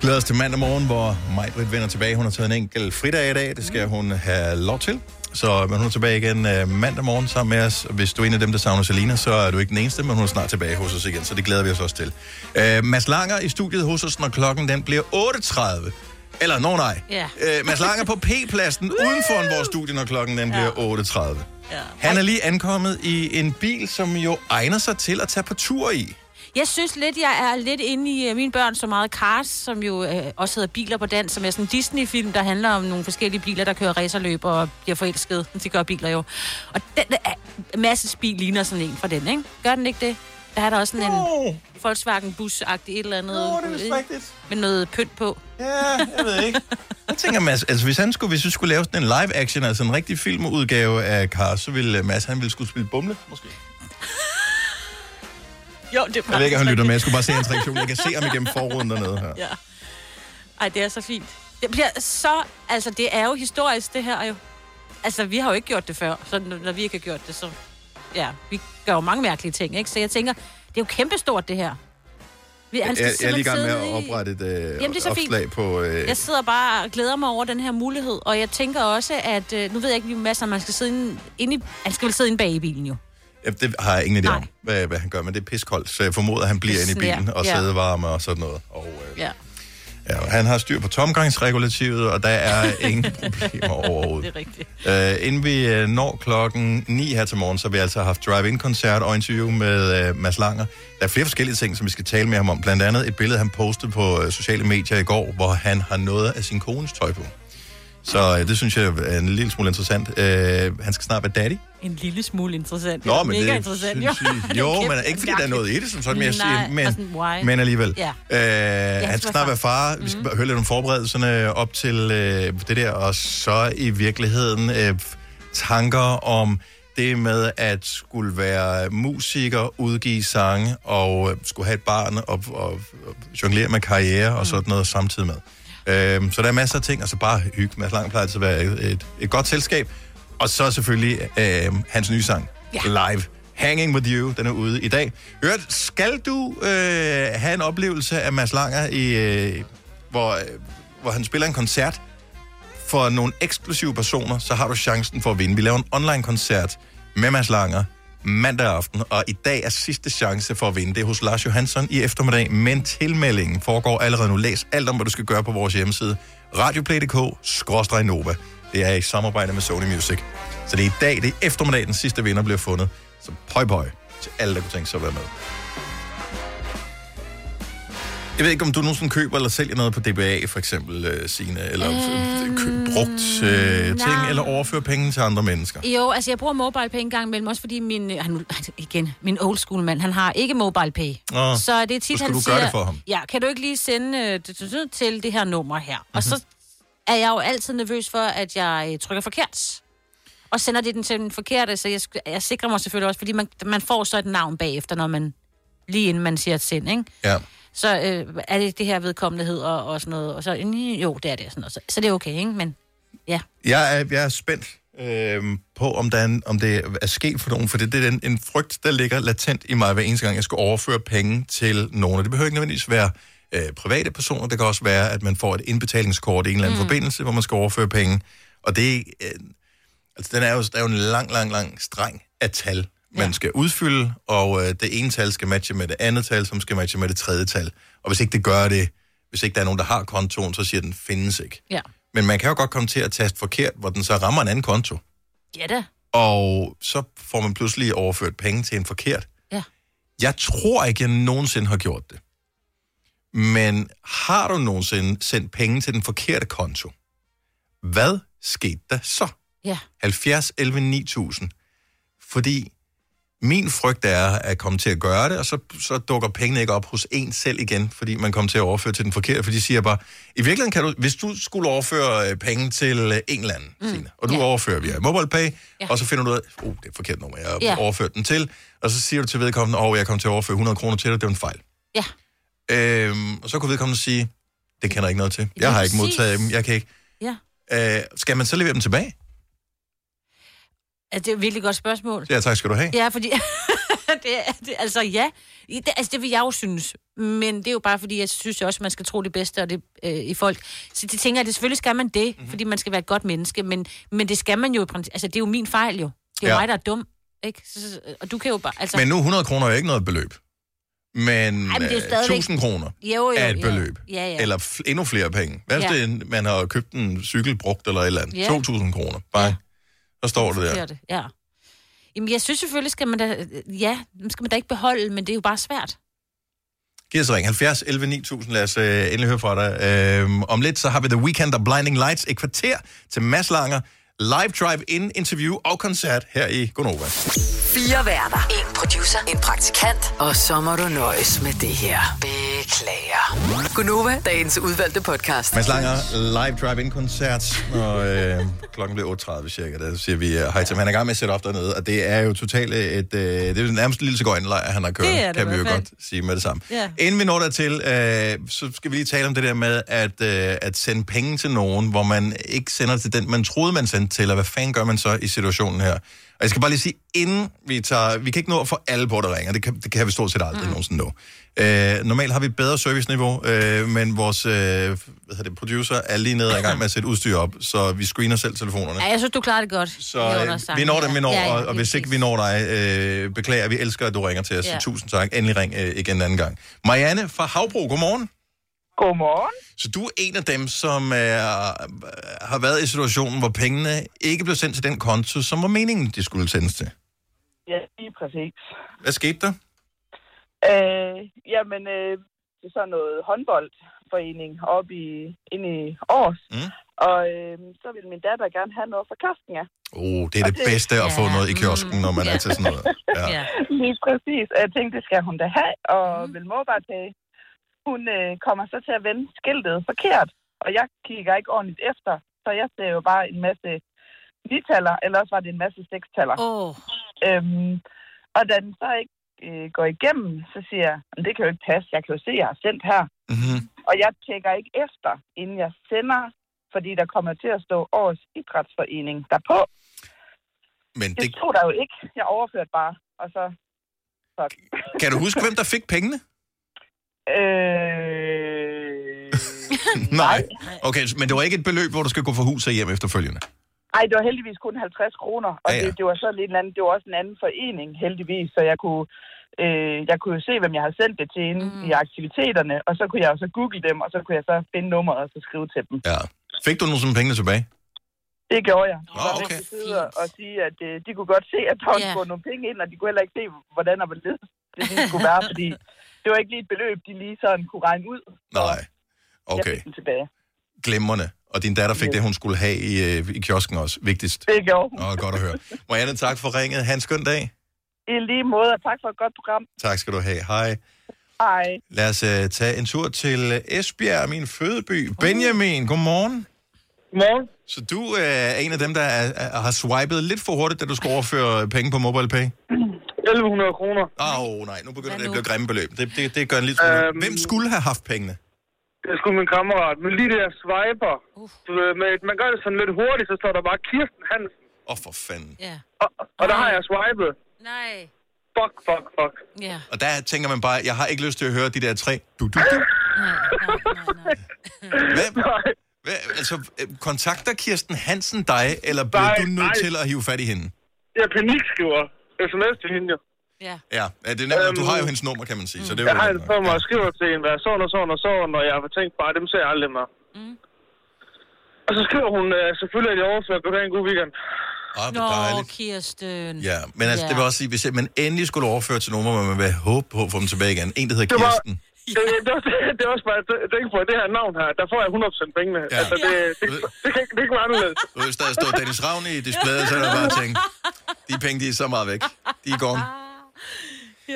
A: glæder os til mandag morgen, hvor Majbrit vender tilbage. Hun har taget en enkelt fridag i dag. Det skal hun have lov til. Så men hun er tilbage igen øh, mandag morgen sammen med os. Hvis du er en af dem, der savner Selina, så er du ikke den eneste, men hun er snart tilbage hos os igen. Så det glæder vi os også til. Øh, Mads Langer i studiet hos os, når klokken den bliver 8.30. Eller, no, nej.
C: Ja.
A: Øh, Mads Langer på P-pladsen uden for vores studie, når klokken den bliver 8.30.
C: Ja.
A: Han er lige ankommet i en bil, som jo egner sig til at tage på tur i.
C: Jeg synes lidt, jeg er lidt inde i øh, mine børn så meget Cars, som jo øh, også hedder Biler på dansk, som er sådan en Disney-film, der handler om nogle forskellige biler, der kører racerløb og bliver forelsket. De gør biler jo. Og den øh, der er, masses bil ligner sådan en fra den, ikke? Gør den ikke det? Der er der også sådan en Volkswagen bus et eller andet.
A: Nå, det er vist
C: øh,
A: rigtigt.
C: Med noget pynt på.
A: Ja, jeg ved ikke. Jeg tænker, Mads, altså hvis han skulle, hvis vi skulle lave sådan en live-action, altså en rigtig filmudgave af Cars, så ville øh, Mads, han ville skulle spille bumle, måske.
C: Jo, det er
A: Jeg ved ikke, om han lytter med. Jeg skulle bare se
C: [laughs]
A: hans reaktion. Jeg kan se ham igennem forruden dernede her.
C: Ja. Ej, det er så fint. Det bliver så... Altså, det er jo historisk, det her jo. Altså, vi har jo ikke gjort det før, så når når vi ikke har gjort det, så... Ja, vi gør jo mange mærkelige ting, ikke? Så jeg tænker, det er jo kæmpestort, det her. Vi,
A: Jeg,
C: han skal
A: jeg, jeg er lige i gang med
C: simpelthen
A: at
C: sidde i-
A: oprette et øh,
C: Jamen, det er så fint.
A: opslag på... Øh,
C: Jeg sidder bare og glæder mig over den her mulighed, og jeg tænker også, at... Øh, nu ved jeg ikke lige, masser, man skal sidde inde, inde i... Han skal vel sidde inde bag i bilen, jo.
A: ja, det har jeg ingen idé om, hvad, hvad han gør, men det er piskoldt, så jeg formoder, at han bliver inde i
C: Sådan der.
A: bilen og
C: Ja.
A: sædevarme og sådan noget. Og, øh,
C: Ja.
A: ja, og han har styr på tomgangsregulativet, og der
C: [laughs]
A: er ingen problemer overhovedet.
C: Det er rigtigt.
A: Uh, inden vi øh, når klokken 9 her til morgen, så har vi altså haft drive-in-koncert og interview med uh, Mads Langer. Der er flere forskellige ting, som vi skal tale med ham om. Blandt andet et billede, han postede på øh, sociale medier i går, hvor han har noget af sin kones tøj på. Så øh, det synes jeg er en lille smule interessant. Uh, han skal snart være daddy.
C: En lille smule interessant.
A: Nå,
C: Det er
A: men
C: mega
A: det
C: interessant, [laughs]
A: synes
C: jo.
A: jeg-
C: Det er
A: jo,
C: kæmpe
A: men ikke fordi der er noget i det, som sådan, men, jeg siger,
C: Nej, og
A: men,
C: sådan, why?
A: men alligevel.
C: Ja.
A: Øh, han
C: skal være
A: skal snart være far. Vi skal mm. høre lidt om forberedelserne op til øh, det der, og så i virkeligheden øh, tanker om det med at skulle være musiker, udgive sange og øh, skulle have et barn og, og, og jonglere med karriere og sådan noget samtidig med. Øhm, så der er masser af ting, og så bare hygge. Mads Lang plejer altid at være et, et, et godt selskab. Og så selvfølgelig øh, hans nye sang, ja. Live. Hanging With You, den er ude i dag. Hørt, skal du øh, have en oplevelse af Mads Langer, i, øh, hvor, øh, hvor han spiller en koncert for nogle eksklusive personer, så har du chancen for at vinde. Vi laver en online-koncert med Mads Langer mandag aften, og i dag er sidste chance for at vinde. Det er hos Lars Johansson i eftermiddag, men tilmeldingen foregår allerede nu. Læs alt om, hvad du skal gøre på vores hjemmeside. radioplay.dk-nova. Det er i samarbejde med Sony Music. Så det er i dag, det er eftermiddag, den sidste vinder bliver fundet. Så pøj pøj til alle, der kunne tænke sig at være med. Jeg ved ikke, om du nogensinde køber eller sælger noget på DBA, for eksempel, øh, Signe, eller øh, køb brugt øh, ting,
C: nej.
A: eller overføre penge til andre mennesker.
C: Jo, altså jeg bruger mobile pay en gang imellem, også fordi min, øh, han, altså, igen, min old school mand, han har ikke mobile pay.
A: Nå,
C: så det er tit,
A: så skal
C: han
A: du
C: siger,
A: gøre det for ham.
C: ja, kan du ikke lige sende øh, det- det- det til det her nummer her?
A: Mhm.
C: Og så er jeg jo altid nervøs for, at jeg øh, trykker forkert. Og sender det den til den forkerte, så jeg, sk- jeg sikrer mig selvfølgelig også, fordi man, man får så et navn bagefter, når man lige inden man siger send, ikke?
A: Ja.
C: Så øh, er det det her vedkommende hedder og sådan noget, og så, øh, jo, det er det, og sådan noget. Så, så det er okay, ikke? Men ja.
A: Jeg er, jeg er spændt øh, på, om, der er en, om det er sket for nogen, for det, det er en, en frygt, der ligger latent i mig hver eneste gang, jeg skal overføre penge til nogen. Og det behøver ikke nødvendigvis være øh, private personer. Det kan også være, at man får et indbetalingskort i en eller anden mm. forbindelse, hvor man skal overføre penge. Og det er... Øh, altså, den er jo, der er jo en lang, lang, lang streng af tal, man ja. skal udfylde, og øh, det ene tal skal matche med det andet tal, som skal matche med det tredje tal. Og hvis ikke det gør det, hvis ikke der er nogen, der har kontoen, så siger den, findes ikke.
C: Ja.
A: Men man kan jo godt komme til at taste forkert, hvor den så rammer en anden konto.
C: Ja da.
A: Og så får man pludselig overført penge til en forkert.
C: Ja.
A: Jeg tror ikke, jeg nogensinde har gjort det. Men har du nogensinde sendt penge til den forkerte konto? Hvad skete der så?
C: Ja.
A: 70 11 9000. Fordi min frygt er at komme til at gøre det, og så, så dukker pengene ikke op hos en selv igen, fordi man kommer til at overføre til den forkerte, for de siger bare, i virkeligheden kan du, hvis du skulle overføre øh, penge til øh, en eller anden, mm. Signe, og du ja. overfører via MobilePay, ja.
C: Ja.
A: og så finder du ud af, oh, det er et forkert nummer, jeg har ja.
C: Ja.
A: overført den til, og så siger du til vedkommende, åh, oh, jeg kom til at overføre 100 kroner til dig, det var en fejl.
C: Ja.
A: Øhm, og så kunne vedkommende sige, det kender jeg ikke noget til, jeg har ikke
C: præcis.
A: modtaget dem, jeg kan ikke.
C: Ja.
A: Øh, skal man så levere dem tilbage?
C: Ja, det er et virkelig godt spørgsmål.
A: Ja, tak skal du have.
C: Ja, fordi... [laughs] det, er- det, altså, ja. I- Det, altså, det vil jeg jo synes. Men det er jo bare, fordi jeg synes også, man skal tro det bedste og det, øh, i folk. Så det tænker jeg, at selvfølgelig skal man det,
A: Mhm.
C: mm-hmm. fordi man skal være et godt menneske. Men, men det skal man jo i princi- Altså, det er jo min fejl jo. Det er jo
A: Ja.
C: mig, der er dum. Ikke? Så, så, og du kan jo bare... Altså,
A: Men nu 100 kroner er jo ikke noget beløb. Men,
C: Ej, men det er
A: øh,
C: stadigvæk-
A: 1000 kroner
C: Jo, jo,
A: er et
C: jo.
A: beløb.
C: Ja, ja.
A: Eller f- endnu flere penge. Hvad hvis
C: Ja.
A: det, er en- man har købt en cykel brugt eller et eller andet?
C: Ja.
A: 2000 kroner. Bare. Så står det
C: Ja.
A: der.
C: Det. ja. Jamen, jeg synes selvfølgelig, skal man da... Ja, dem skal man da ikke beholde, men det er jo bare svært.
A: Giv os ring. 70 11 9000. Lad os øh, endelig høre fra dig. Øhm, om lidt så har vi The Weekend og Blinding Lights. Et kvarter til Mads Langer. Live drive-in, interview og koncert her i Gonova.
D: Fire værter. En producer. En praktikant. Og så må du nøjes med det her. Beklager. Gunova, dagens udvalgte podcast.
A: Mads Langer, live drive-in-koncert, når øh, klokken bliver 8.30 cirka. Der siger vi øh, hej til ham. Han er i gang med at sætte op dernede, og det er jo totalt et... Øh, det er jo nærmest en lille cigøjnelejr, han har kørt,
C: Det er det
A: kan
C: i
A: vi jo
C: hvert fald.
A: godt sige med det samme.
C: Ja.
A: Inden vi når dertil, øh, så skal vi lige tale om det der med at, øh, at sende penge til nogen, hvor man ikke sender til den, man troede, man sendte til, og hvad fanden gør man så i situationen her? Og jeg skal bare lige sige, inden vi tager... Vi kan ikke nå at få alle på, der ringer. Det kan, det kan vi stort set aldrig mm. nogensinde nå. Øh, normalt har vi et bedre serviceniveau, øh, men vores øh, hvad hedder det, producer er lige nede og i gang med at sætte udstyr op, så vi screener selv telefonerne.
C: Ja, jeg synes, du klarer det godt.
A: Så øh, vi når dem, vi når, ja, ja, og, og hvis ikke vi når dig, øh, beklager, vi elsker, at du ringer til os. Ja.
C: Ja.
A: Tusind tak. Endelig ring øh, igen en anden gang. Marianne fra Havbro, godmorgen.
G: Godmorgen.
A: Så du er en af dem, som øh, har været i situationen, hvor pengene ikke blev sendt til den konto, som var meningen, de skulle sendes til.
G: Ja, lige præcis.
A: Hvad skete der?
G: Øh, jamen, øh, det er sådan noget håndboldforening oppe i, inde i Aarhus.
A: Mm.
G: Og øh, så ville min datter gerne have noget fra kiosken af.
A: Oh, det er det
G: Og det-
A: bedste at få
G: Ja,
A: noget i kiosken, når man er
G: ja.
A: til sådan [laughs] noget. Mm, Ja.
G: Ja. Lige præcis. Og Jeg tænkte, det skal hun da have, og mm. vil mobile pay. Hun øh, kommer så til at vende skiltet forkert, og jeg kigger ikke ordentligt efter, så jeg ser jo bare en masse nitaller, eller også var det en masse sekstaller.
C: Oh.
G: Øhm, og da den så ikke øh, går igennem, så siger jeg, "Men det kan jo ikke passe, jeg kan jo se, at jeg har sendt her.
A: Mm-hmm.
G: Og jeg tjekker ikke efter, inden jeg sender, fordi der kommer til at stå årets idrætsforening derpå.
A: Men
G: det... det stod der jo ikke. Jeg overførte bare, og så... Fuck.
A: Kan du huske, hvem der fik pengene?
G: Øh...
A: [laughs] Nej. Okay, men det var ikke et beløb, hvor du skal gå for hus og hjem efterfølgende.
G: Nej, det var heldigvis kun 50 kroner, og ja, ja. Det, det var så lidt en anden, det var også en anden forening, heldigvis, så jeg kunne, øh, jeg kunne jo se, hvem jeg havde sendt det til inde mm. i aktiviteterne, og så kunne jeg jo så google dem, og så kunne jeg så finde nummeret og så skrive til dem.
A: Ja. Fik du nogle pengene tilbage?
G: Det gjorde jeg.
A: Nå, oh, okay.
G: Sidde og, og sige, at øh, de kunne godt se, at der yeah. skulle nogle penge ind, og de kunne heller ikke se, hvordan og hvorledes det lige skulle være, fordi det var ikke lige et beløb, de lige sådan kunne regne ud.
A: Nej, okay.
G: Jeg fik den tilbage.
A: Glemmerne. Og din datter fik det, hun skulle have i, øh, i kiosken også. Vigtigst.
G: Det gjorde hun.
A: Nå, godt at høre. Marianne, tak for ringet. Ha' en skøn dag.
G: I lige måde, og tak for et godt program.
A: Tak skal du have. Hej.
G: Hej.
A: Lad os øh, tage en tur til øh, Esbjerg, min fødeby.
G: Mm.
A: Benjamin, godmorgen.
H: Godmorgen.
A: Så du øh, er en af dem, der er, er, har swipet lidt for hurtigt, da du skulle overføre penge på MobilePay?
H: 1100 kroner.
A: Åh oh, nej, nu begynder det at blive grimme beløb. Det, det, det gør en lille smule. Øhm, Hvem skulle have haft pengene?
H: Det skulle min kammerat. Men lige det der swiper, uh. du, med, man gør det sådan lidt hurtigt, så står der bare Kirsten Hansen.
A: Åh, oh, for fanden.
B: Yeah.
H: Og, og der har jeg swipet.
B: Nej.
H: Fuck, fuck, fuck.
B: Ja.
A: Og der tænker man bare, jeg har ikke lyst til at høre de der tre. Du, du, du.
B: Nej, nej, nej, nej.
H: [laughs]
A: Hvem? Nej. Hvad, altså, kontakter Kirsten Hansen dig, eller bliver
H: Nej,
A: du nødt
H: nej.
A: til at hive fat i hende?
H: Jeg panikskriver sms til hende, jo. Øhm,
B: Ja.
A: Ja, ja, det er nemt, du har jo hendes nummer, kan man sige. Så det er jo
H: Jeg har
A: nemt
H: et
A: nok.
H: nummer og skriver til hende, hvad sådan og sådan og sådan, og jeg har tænkt bare, dem ser jeg aldrig mere.
B: Mm.
H: Og så skriver hun, øh, selvfølgelig er det overført, du kan en god weekend.
A: Ah, hvor
B: Nå,
A: dejligt.
B: Kirsten.
A: Ja, men altså,
B: Ja.
A: det vil også sige, hvis man endelig skulle overføre til nummer, hvor man vil håbe på at få dem tilbage igen. En, der hedder
H: Det var-
A: Kirsten.
H: [laughs] Det, det, var- det, er også bare, det, det er ikke på, at det her navn her, der får jeg 100% penge med.
A: Ja.
H: Ja. Altså, det, det, det, det, kan, ikke- det kan ikke være anderledes.
A: Du ved, Hvis der står Dennis Ravn i displayet, så er der bare tænkt, de penge, de er så meget væk. De er gone.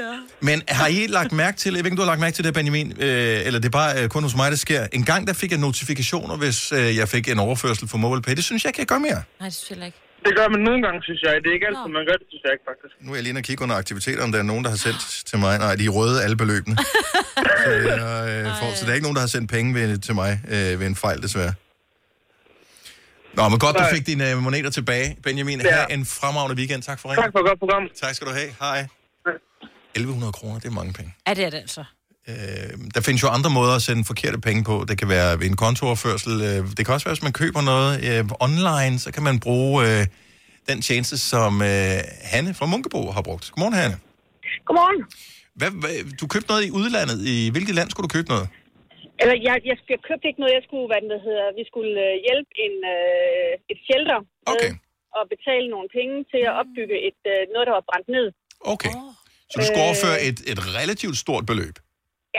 B: Ja.
A: Men har I lagt mærke til, jeg ved ikke, om du har lagt mærke til det, Benjamin, øh, eller det er bare øh, kun hos mig, det sker. En gang, der fik jeg notifikationer, hvis øh, jeg fik en overførsel for MobilePay. Det synes jeg, kan jeg gøre mere.
B: Nej, det synes jeg heller ikke.
H: Det gør man nogle gange, synes jeg. Det er ikke altid, man gør det, synes jeg ikke, faktisk.
A: Nu er jeg lige inde og kigge under aktiviteter, om der er nogen, der har sendt til mig. Nej, de er røde alle beløbene. så, jeg, øh, får, så der er ikke nogen, der har sendt penge ved, til mig øh, ved en fejl, desværre. Nå, men godt, du
H: Nej.
A: fik dine øh, moneter tilbage. Benjamin,
H: Ja.
A: ja. have en fremragende weekend. Tak for ringen.
H: Tak for et godt program.
A: Tak skal du have. Hej. 1100 kroner, det er mange penge.
B: Er det er det altså?
A: Øh, der findes jo andre måder at sende forkerte penge på. Det kan være ved en kontooverførsel. Øh, det kan også være, hvis man køber noget øh, online, så kan man bruge øh, den tjeneste, som øh, Hanne fra Munkebo har brugt. Godmorgen, Hanne.
I: Godmorgen.
A: Hvad, hvad, du købte noget i udlandet. I hvilket land skulle du købe noget?
I: Eller, jeg, jeg, jeg købte ikke noget, jeg skulle, hvad det hedder, vi skulle øh, hjælpe en, øh, et shelter
A: Okay.
I: og betale nogle penge til at opbygge et, øh, noget, der var brændt ned.
A: Okay. Så du skulle overføre et, et relativt stort beløb.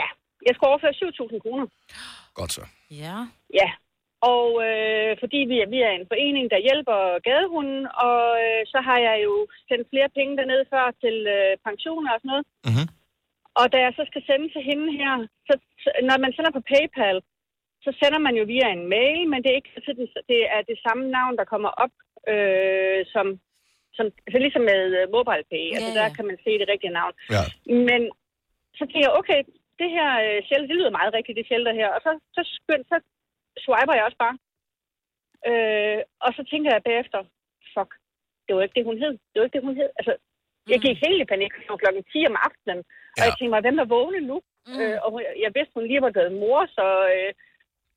I: Ja, jeg skulle overføre 7.000 kroner.
A: Godt så.
B: Ja.
I: Ja, og øh, fordi vi er, vi er en forening, der hjælper gadehunden, og øh, så har jeg jo sendt flere penge dernede før til øh, pensioner og sådan noget.
A: Mhm.
I: Og da jeg så skal sende til hende her, så så- når man sender på PayPal, så sender man jo via en mail, men det er ikke altid den- det er det samme navn, der kommer op, øh, som, som altså ligesom med øh, MobilePay. Altså
B: Ja,
I: der
B: ja.
I: kan man se det rigtige navn.
A: Ja.
I: Men så tænker jeg, okay, det her øh, shelter, det lyder meget rigtigt, det shelter her. Og så, så, skynd, så swiper jeg også bare. Øh, og så tænker jeg bagefter, fuck, det var ikke det, hun hed. Det var ikke det, hun hed. Altså, jeg gik helt i panik Det var klokken 10 om aftenen. Ja. Og jeg tænkte mig, hvem er vågen nu? Mm. Øh, og hun- jeg vidste, hun lige var blevet mor, så, øh,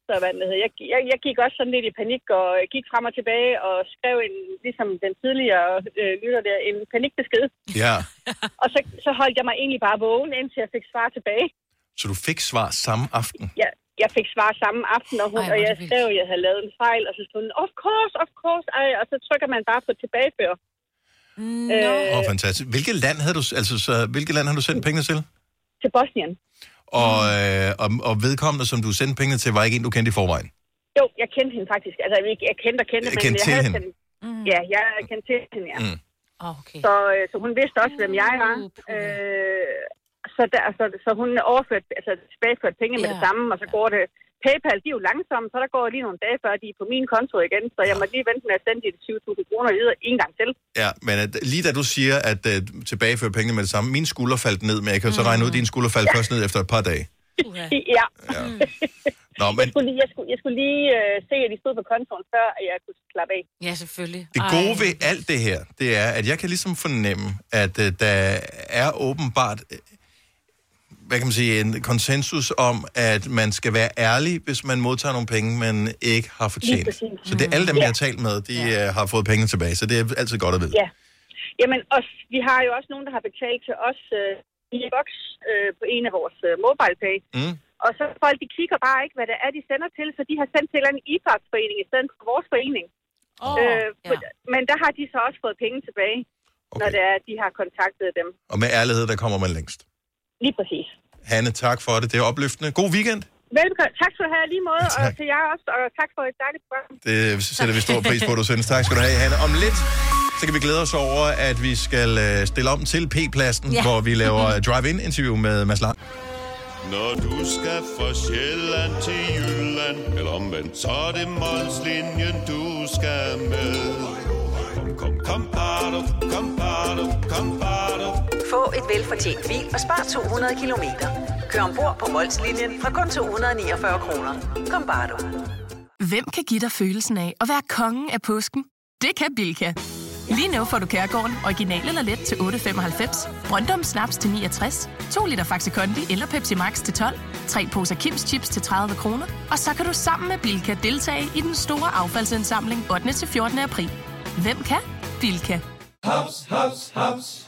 I: så hvad den hedder, jeg, jeg, jeg gik også sådan lidt i panik og gik frem og tilbage og skrev en, ligesom den tidligere øh, lytter der, en [laughs] panikbesked.
A: Ja.
I: Og så, så holdt jeg mig egentlig bare vågen, indtil jeg fik svar tilbage.
A: Så du fik svar samme aften.
I: Jeg, jeg fik svar samme aften, og, hun,
A: Ej,
I: Ej,
A: hvor
I: og
A: er det
I: jeg
A: vildt.
I: skrev, at jeg havde lavet en fejl, og så stod hun, of course, of course, Ej, og så trykker man bare på tilbagefører. Øh, No.
A: Åh, oh, fantastisk. Hvilket land havde du, altså, så, hvilket land har du sendt pengene til?
I: til Bosnien.
A: Og, øh, og, og vedkommende, som du sendte pengene til, var ikke en, du kendte i forvejen.
I: Jo, jeg kendte hende faktisk. Altså, jeg, jeg kendte og kendte,
A: Jeg
I: men
A: kendte
I: jeg
A: til
I: havde
A: hende.
I: kendt. Ja, jeg kendte til hende, ja.
A: Mm.
I: Okay. Så, øh, så hun vidste også, hvem jeg var. Øh, så, der, så, så hun overførte, altså tilbageførte penge med
B: Ja.
I: det samme, og så går det... PayPal, de er jo langsomme, så der går lige nogle dage, før de er på min konto igen, så jeg må lige vente med at sende de 20.000 kroner videre en gang til.
A: Ja, men at, lige da du siger, at øh, tilbageføre pengene med det samme, min skulder faldt ned, men jeg kan jo så regne
I: Mm.
A: ud, at din skulder faldt først ned efter et par dage.
I: [laughs] Ja.
A: Ja. Nå, men
I: Jeg skulle lige, jeg skulle, jeg skulle lige øh, se, at de stod på kontoen, før at jeg kunne slappe af.
B: Ja, selvfølgelig.
A: det gode ved alt det her, det er, at jeg kan ligesom fornemme, at øh, der er åbenbart... øh, hvad kan man sige, en konsensus om, at man skal være ærlig, hvis man modtager nogle penge, man ikke har
I: Lige
A: fortjent.
I: præcis.
A: Så det er alle dem,
I: Ja.
A: jeg har talt med, de øh, har fået pengene tilbage, så det er altid godt at vide.
I: Ja. Jamen, os, vi har jo også nogen, der har betalt til os øh, i boks øh, på en af vores øh, mobile pay.
A: Mm.
B: [laughs]
I: Og så folk, de kigger bare ikke, hvad det er, de sender til, så de har sendt til en eller anden idrætsforening i stedet for vores forening.
B: Oh,
I: ja. Men der har de så også fået penge tilbage, okay. når det er, at de har kontaktet dem.
A: Og med ærlighed, der kommer man længst.
I: Lige præcis.
A: Hanne, tak for det. Det er opløftende. God weekend.
I: Velkommen. Tak skal du have lige måde, og
A: [laughs] Tak.
I: til jer også, og tak for et dejligt program.
A: Det sætter vi stor pris på, du synes. Tak skal du have, Hanne. Om lidt, så kan vi glæde os over, at vi skal øh, stille om til P-pladsen,
E: Ja.
A: ja. hvor vi laver drive-in-interview med Mads Lang.
E: Når du skal fra Sjælland til Jylland Eller omvendt, så er det Molslinjen, du skal med Kom, kom, kom, bado, kom, bado, kom, bado.
T: Få et velfortjent bil og spar 200 kilometer. Kør ombord på Molslinjen fra kun 249 kroner. Kom bare du.
U: Hvem kan give dig følelsen af at være kongen af påsken? Det kan Bilka! Lige nu får du Kærgården original eller let til 8.95, Brøndum Snaps til 69, 2 liter Faxi Kondi eller Pepsi Max til 12, 3 poser Kims Chips til 30 kroner, og så kan du sammen med Bilka deltage i den store affaldsindsamling 8. til 14. april. Hvem kan? Bilka.
N: Haps, haps, haps.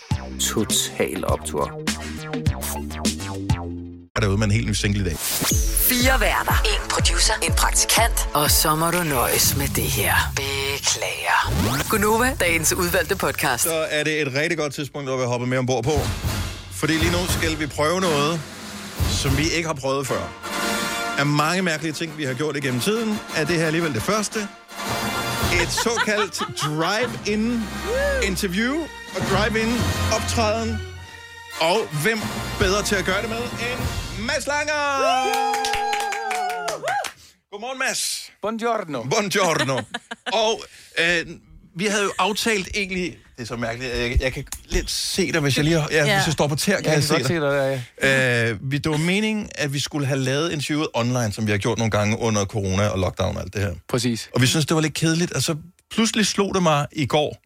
V: Total Optor.
A: Er derude med en helt ny single i dag.
D: Fire værter. En producer. En praktikant. Og så må du nøjes med det her. Beklager. Gunova, dagens udvalgte podcast.
A: Så er det et rigtig godt tidspunkt at være hoppet med ombord på. Fordi lige nu skal vi prøve noget, som vi ikke har prøvet før. Af mange mærkelige ting, vi har gjort igennem tiden, er det her alligevel det første. Et såkaldt drive-in interview og drive-in optræden. Og hvem bedre til at gøre det med end Mads Langer! Godmorgen, Mads.
W: Buongiorno. [laughs]
A: Buongiorno. Og øh, vi havde jo aftalt egentlig... Det er så mærkeligt. at Jeg, jeg kan lidt se dig, hvis jeg lige... har- Ja,
W: Ja.
A: ja. Hvis jeg står på tær, kan
W: Jeg
A: jeg,
W: kan
A: se
W: godt
A: dig.
W: se dig der,
A: ja. øh, vi- det var meningen, at vi skulle have lavet interviewet online, som vi har gjort nogle gange under corona og lockdown og alt det her.
W: Præcis.
A: Og vi synes det var lidt kedeligt, og så pludselig slog det mig i går.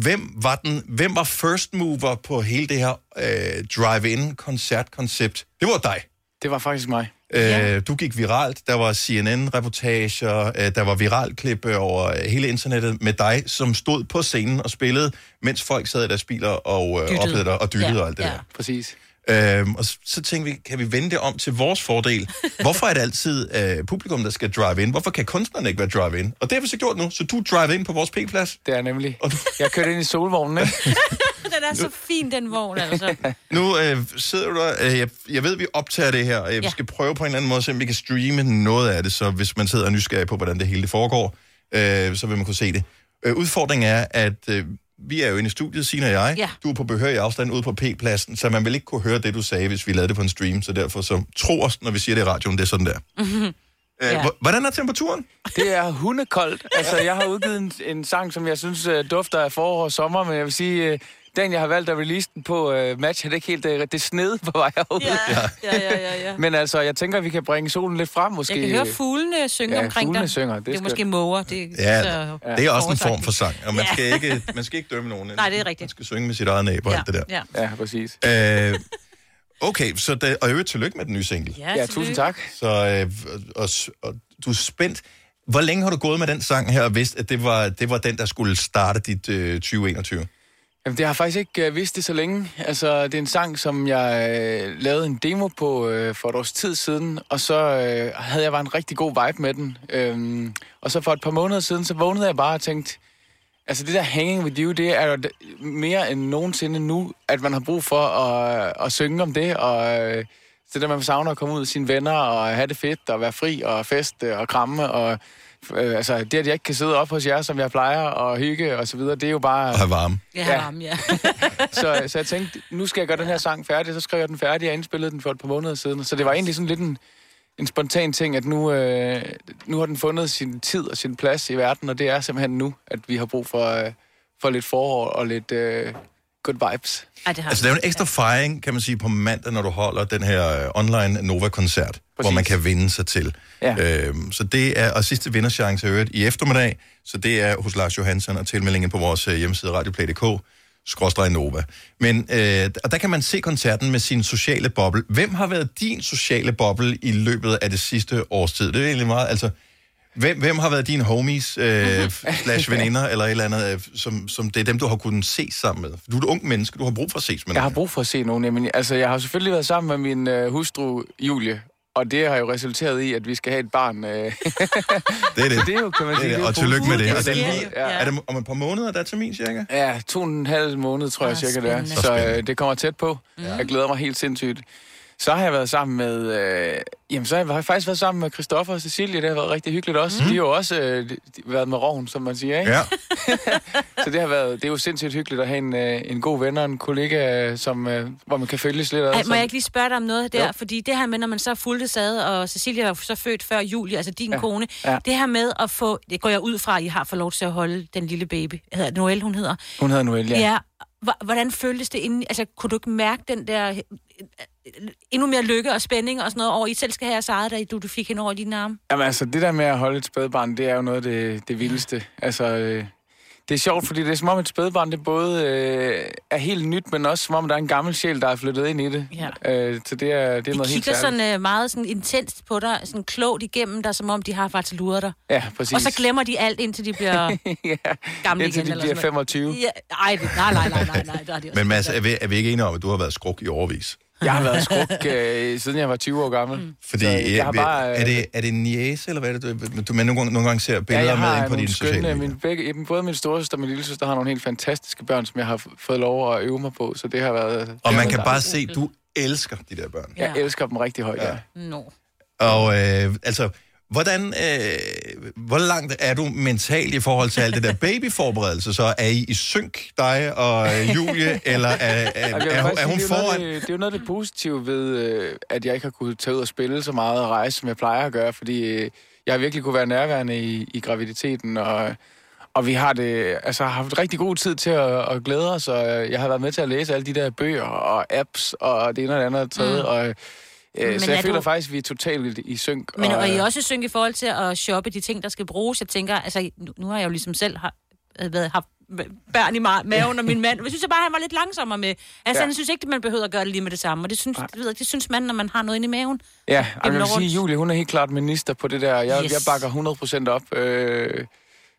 A: Hvem var, den, hvem var first mover på hele det her øh, drive-in-koncertkoncept? Det var dig.
W: Det var faktisk mig.
A: Øh, Du gik viralt, der var CNN-reportager, øh, der var viralklip øh, over øh, hele internettet med dig, som stod på scenen og spillede, mens folk sad i deres biler og øh,
W: Dyttede.
A: oplevede dig og dyttede
W: Ja,
A: og alt det
W: ja.
A: der.
W: Præcis.
A: Øhm, og så, så tænkte vi, kan vi vende det om til vores
W: [laughs]
A: fordel? Hvorfor er det altid øh, publikum, der skal drive ind? Hvorfor kan kunstnerne ikke være drive in? Og det har vi så gjort nu, så du drive ind på vores p-plads.
W: Det er nemlig. Jeg kørte ind i solvognen, ikke?
A: [laughs]
B: Den er så fin, den vogn, altså.
A: Nu øh, sidder du der, øh, jeg, jeg ved, vi optager det her, og jeg
B: Ja.
A: ja. skal prøve på en eller anden måde, at se, om vi kan streame noget af det, så hvis man sidder og er nysgerrig på, hvordan det hele det foregår, øh, så vil man kunne se det. Øh, udfordringen er, at øh, vi er jo inde i studiet, Signe og jeg.
B: Ja.
A: Du er på behørig afstand ude på P-pladsen, så man vil ikke kunne høre det, du sagde, hvis vi lavede det på en stream, så derfor så tro os, når vi siger det i radioen, det er sådan der. Øh,
W: Ja.
A: ja. Hvordan er temperaturen?
W: Det er hundekoldt. Altså, jeg har udgivet en, en sang, som jeg synes uh, dufter af forår og sommer, men jeg vil sige, uh, den, jeg har valgt at release den på uh, match, er det ikke helt uh, det sned på vej herud.
B: Ja, ja, ja, ja, ja.
W: men altså, jeg tænker, vi kan bringe solen lidt frem, måske.
B: Jeg kan høre fuglene synge
W: ja,
B: omkring
W: fuglene
B: dig.
W: Synger, det,
B: det er
W: skønt.
B: måske måger. Det,
A: Ja,
B: så-
A: det er også en form
B: forårsagtigt.
A: for sang, og man,
B: Ja.
A: skal, ikke,
B: [laughs]
A: man skal ikke dømme nogen.
B: Nej, det er rigtigt.
A: Man skal synge med sit eget næb og
B: Ja,
A: alt det der.
B: ja.
W: Ja, præcis.
A: Øh, okay, så der, og i øvrigt tillykke med den nye single.
W: Ja, Ja, tusind tillykke. tak.
A: Så, øh, og, og, og, du er spændt. Hvor længe har du gået med den sang her og vidst, at det var, det var den, der skulle starte dit øh, 2021?
W: Jamen, det har jeg faktisk ikke øh, vidst det så længe. Altså, det er en sang, som jeg øh, lavede en demo på øh, for et års tid siden, og så øh, havde jeg bare en rigtig god vibe med den. Øhm, og så for et par måneder siden, så vågnede jeg bare og tænkte, altså det der hanging with you, det er jo d- mere end nogensinde nu, at man har brug for at, øh, at synge om det, og øh, det der, man savner at komme ud til sine venner og have det fedt og være fri og feste og kramme og øh, altså det, at jeg ikke kan sidde op hos jer, som jeg plejer, og hygge og så videre, det er jo bare...
A: Og have varme.
C: Ja, have varme, ja.
W: så, så jeg tænkte, nu skal jeg gøre den her sang færdig, så skrev jeg den færdig, jeg indspillede den for et par måneder siden. Så det var egentlig sådan lidt en, en spontan ting, at nu, øh, nu har den fundet sin tid og sin plads i verden, og det er simpelthen nu, at vi har brug for, øh, for lidt forår og lidt øh, good vibes.
C: Ej, det har
A: Altså, der er jo en ekstra fejring, kan man sige, på mandag, når du holder den her øh, online Nova-koncert, hvor man kan vinde sig til.
W: Ja.
A: Øhm, så det er, og sidste vinderchance er i øvrigt i eftermiddag, så det er hos Lars Johansson og tilmeldingen på vores øh, hjemmeside radioplay.dk, skråstrej Nova. Men, øh, og der kan man se koncerten med sin sociale boble. Hvem har været din sociale boble i løbet af det sidste års tid? Det er egentlig meget, altså, hvem, hvem har været dine homies, øh, slash veninder, eller et eller andet, øh, som, som det er dem, du har kunnet se sammen med? Du er et ung menneske, du har brug for at ses med
W: Jeg har brug for at se nogen. Jamen, altså, jeg har selvfølgelig været sammen med min øh, hustru, Julie, og det har jo resulteret i, at vi skal have et barn. Øh. det er
A: det.
W: [laughs] det er jo, kan man sige,
A: det er
W: det
A: det.
W: er
A: Og tillykke med det.
W: positivt.
A: Og det er,
W: Ja,
A: lige,
W: ja.
A: er det om et par måneder, der er termin cirka?
W: Ja, to og en halv måned, tror jeg
A: Ah,
W: cirka det er.
A: spændende. Så
W: Så øh,
A: spændende.
W: det kommer tæt på. Jeg glæder mig helt sindssygt. Så har jeg været sammen med... Øh, jamen, så har jeg faktisk været sammen med Christoffer og Cecilie. Det har været rigtig hyggeligt også. Mm. De har jo også øh, de- de- været med roven, som man siger, ikke?
A: Ja.
W: [laughs] så det har været... Det er jo sindssygt hyggeligt at have en, øh, en god ven og en kollega, øh, som, øh, hvor man kan følges lidt. ad,
C: Ej, må
W: som-
C: jeg ikke lige spørge dig om noget der?
W: Jo.
C: Jo. Fordi det her med, når man så fulgte sad, og Cecilia var så født før Julie, altså din
W: Ja.
C: ja. kone.
W: Ja.
C: Ja. Det her med at få, det går jeg ud fra, at I har fået lov til at holde den lille baby. Hedder Noelle, hun hedder.
W: Hun hedder Noelle, ja.
C: Ja. Hvor- Hvordan føltes det inden? Altså, kunne du ikke mærke den der øh, øh, endnu mere lykke og spænding og sådan noget over, I selv skal have jeres eget, da du, du fik hende over i dine arme?
W: Jamen altså, det der med at holde et spædbarn, det er jo noget af det, det vildeste. Altså, øh, det er sjovt, fordi det er som om et spædbarn, det både øh, er helt nyt, men også som om der er en gammel sjæl, der er flyttet ind i det.
C: Ja.
W: Øh, så det er, det er
C: De
W: noget helt
C: kigger
W: særligt.
C: sådan øh, meget sådan intenst på dig, sådan klogt igennem dig, som om de har faktisk luret dig.
W: Ja, præcis.
C: Og så glemmer de alt, indtil de bliver
W: [laughs]
C: gamle
W: Indtil
C: igen.
W: de
C: eller
W: bliver
C: sådan noget.
W: 25.
C: Ja, ej, det- nej, nej, nej, nej, nej, der er de også.
A: Men Mads, er vi, er vi ikke enige om, at du har været skruk i overvis?
W: Jeg har været skruk, øh, siden jeg var 20 år gammel. Mm.
A: Fordi, så, jeg har bare, øh... er, det, er det en niece, eller hvad er det, du, du men nogle, gange, nogle gange ser
W: Ja,
A: billeder
W: jeg har
A: med ind på
W: nogle
A: dine sociale
W: skønne,
A: medier?
W: min, begge, både min storesøster og min lille søster har nogle helt fantastiske børn, som jeg har f- fået lov at øve mig på, så det har været... det har
A: Og man
W: været
A: kan bare
W: dejligt.
A: se, du elsker de der børn.
W: Jeg elsker dem rigtig højt, ja.
C: No.
A: Og øh, altså, hvordan, øh, hvor langt er du mentalt i forhold til alt det der babyforberedelse? Så er I i synk, dig og øh,
W: [laughs]
A: Julie, eller er, er,
W: Jamen, jeg vil
A: er, hun-
W: faktisk
A: er hun
W: sige, det jo
A: foran?
W: Noget, af det det er jo noget af det positive ved, øh, at jeg ikke har kunnet tage ud og spille så meget og rejse, som jeg plejer at gøre, fordi øh, jeg har virkelig kunne være nærværende i, i graviditeten, og, og vi har det, altså, har haft rigtig god tid til at, at glæde os, og øh, jeg har været med til at læse alle de der bøger og apps, og det ene og det andet og det tredje, mm. og, øh,
C: Men
W: så jeg
C: er
W: føler
C: du-
W: faktisk, at vi er totalt i synk.
C: Men og I
W: øh,
C: er også i synk i forhold til at shoppe de ting, der skal bruges. Jeg tænker, altså, nu, nu har jeg jo ligesom selv har, været, haft børn i ma- maven, og min mand, jeg synes jeg bare, han var lidt langsommere med. Altså,
W: Ja.
C: ja. han synes ikke, at man behøver at gøre det lige med det samme, og det synes, det, ved jeg, det synes man, når man har noget inde i maven.
W: Ja, og jeg vil
C: Lawrence.
W: sige, Julie, hun er helt klart minister på det der. Jeg,
C: Yes.
W: yes. jeg bakker 100% op. Øh,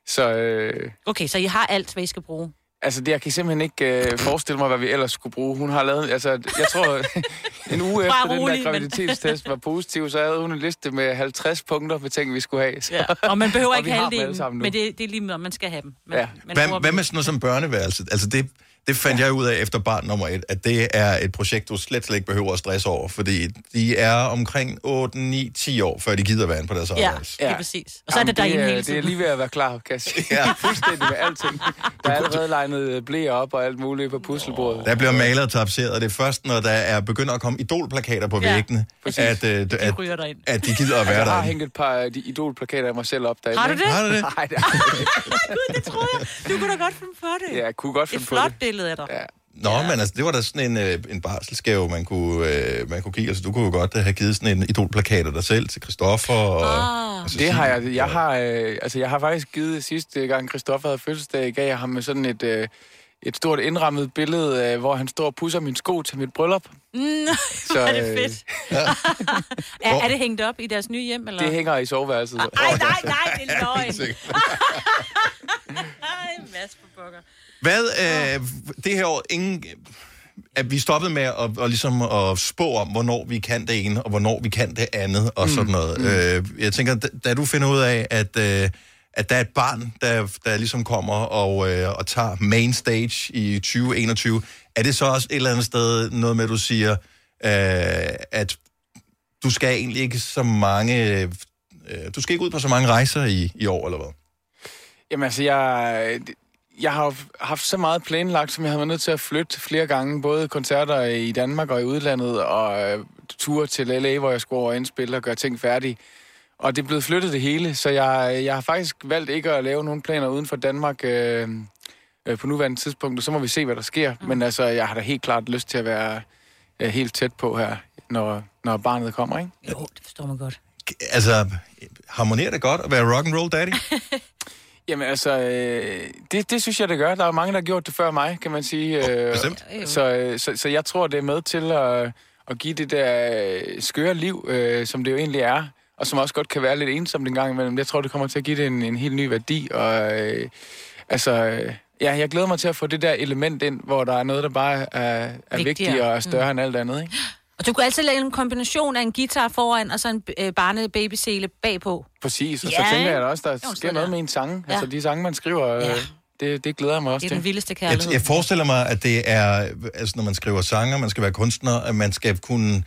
W: så øh,
C: Okay, så I har alt, hvad I skal bruge.
W: Altså, det, jeg kan simpelthen ikke øh, forestille mig, hvad vi ellers skulle bruge. Hun har lavet, altså, jeg tror,
C: [laughs]
W: en uge
C: Bare
W: efter den
C: rolig,
W: der
C: men-
W: graviditetstest var positiv, så havde hun en liste med 50 punkter med ting, vi skulle have. Så.
C: Ja. [laughs] Og man behøver
W: og
C: ikke
W: vi har
C: have
W: dem alle sammen
C: det,
W: nu.
C: men det, det er lige med, om man skal have dem. Man,
W: Ja.
C: man bruger
A: Hvad,
C: dem.
A: hvad med sådan noget som børneværelset? Altså det, det fandt ja. jeg ud af efter barn nummer et, at det er et projekt, du slet, slet ikke behøver at stresse over, fordi de er omkring 8, 9, 10 år, før de gider være inde på deres
C: Ja,
A: arbejde.
C: det er præcis. Og så er det derinde
W: det, er-
C: hele
W: Det er
C: tiden.
W: lige ved at være klar, kan jeg sige. Ja. Fuldstændig med
A: [laughs]
W: alting. Der er allerede legnet blæer op og alt muligt på puslebordet.
A: Der bliver malet og tapseret, og det er først, når der er begynder at komme idolplakater på
W: Ja,
A: væggene,
W: præcis.
A: at, øh, at, at,
W: ryger derind.
A: at de gider at være
W: Altså, jeg har
A: der.
W: hængt et par af de idolplakater af mig selv op derinde.
C: Har du
W: ikke?
C: det? Har du det?
W: Nej,
C: [laughs]
W: det har jeg ikke.
C: Du kunne da godt finde på det.
W: Ja, jeg kunne godt
C: Et
W: finde på det.
C: flot billede af dig.
W: Ja.
A: Nå, ja. men altså, det var da sådan en, øh, en barselsgave, man kunne, øh, man kunne give. Altså, du kunne jo godt øh, have givet sådan en idolplakat af dig selv til Christoffer. Og, og
W: Det har jeg. Jeg har, øh, altså, jeg har faktisk givet sidste gang, Christoffer havde fødselsdag, gav jeg ham med sådan et, øh, et stort indrammet billede, øh, hvor han står og pusser min sko til mit bryllup.
C: Nej, [laughs]
W: Så,
C: hvor er det
W: øh,
C: fedt. er, er det hængt op i deres nye hjem, eller?
W: Det hænger i soveværelset.
C: Ej, nej, nej, det er
A: [laughs]
C: løgn. Ej, Mads på pokker.
A: Hvad, øh, det her år, ingen, at vi stoppede med at, og ligesom at spå om, hvornår vi kan det ene, og hvornår vi kan det andet, og mm. sådan noget. Mm. Øh, jeg tænker, da, da du finder ud af, at, øh, at der er et barn, der, der ligesom kommer og, øh, og tager main stage i 2021, er det så også et eller andet sted noget med, at du siger, øh, at du skal egentlig ikke så mange øh, øh, du skal ikke ud på så mange rejser i, i år, eller hvad?
W: Jamen altså, jeg, jeg har jo haft så meget planlagt, som jeg havde været nødt til at flytte flere gange. Både koncerter i Danmark og i udlandet, og øh, ture til LA, hvor jeg skulle over og indspille og gøre ting færdige. Og det er blevet flyttet det hele, så jeg, jeg har faktisk valgt ikke at lave nogen planer uden for Danmark øh, øh, på nuværende tidspunkt, og så må vi se, hvad der sker. Mm. Men altså, jeg har da helt klart lyst til at være øh, helt tæt på her, når, når barnet kommer, ikke?
B: Jo, det forstår man godt.
A: Altså, harmonerer det godt at være rock and roll daddy?
W: Jamen altså, øh, det, det synes jeg, det gør. Der er jo mange, der har gjort det før mig, kan man sige. Øh,
A: bestemt.
W: Så, øh, så, så jeg tror, det er med til at, at give det der øh, skøre liv, øh, som det jo egentlig er, og som også godt kan være lidt ensomt en gang imellem. Jeg tror, det kommer til at give det en, en helt ny værdi, og øh, altså... Øh, Ja, jeg glæder mig til at få det der element ind, hvor der er noget, der bare er, er vigtigere, vigtigere og er større mm. end alt andet, ikke?
B: Og du kunne altid lave en kombination af en guitar foran og så en øh, barnebabysele bagpå.
W: Præcis, og
B: Ja,
W: så tænker jeg
B: ikke?
W: da også, der
B: Jo,
W: sker
B: sådan
W: noget
B: der.
W: med en sang.
B: Ja.
W: Altså, de sange, man skriver,
B: Ja.
W: ja. det, det glæder jeg mig også
B: Det er
W: til.
B: den vildeste
A: Jeg,
B: kærlighed.
A: jeg forestiller mig, at det er, altså når man skriver sanger, man skal være kunstner, at man skal kunne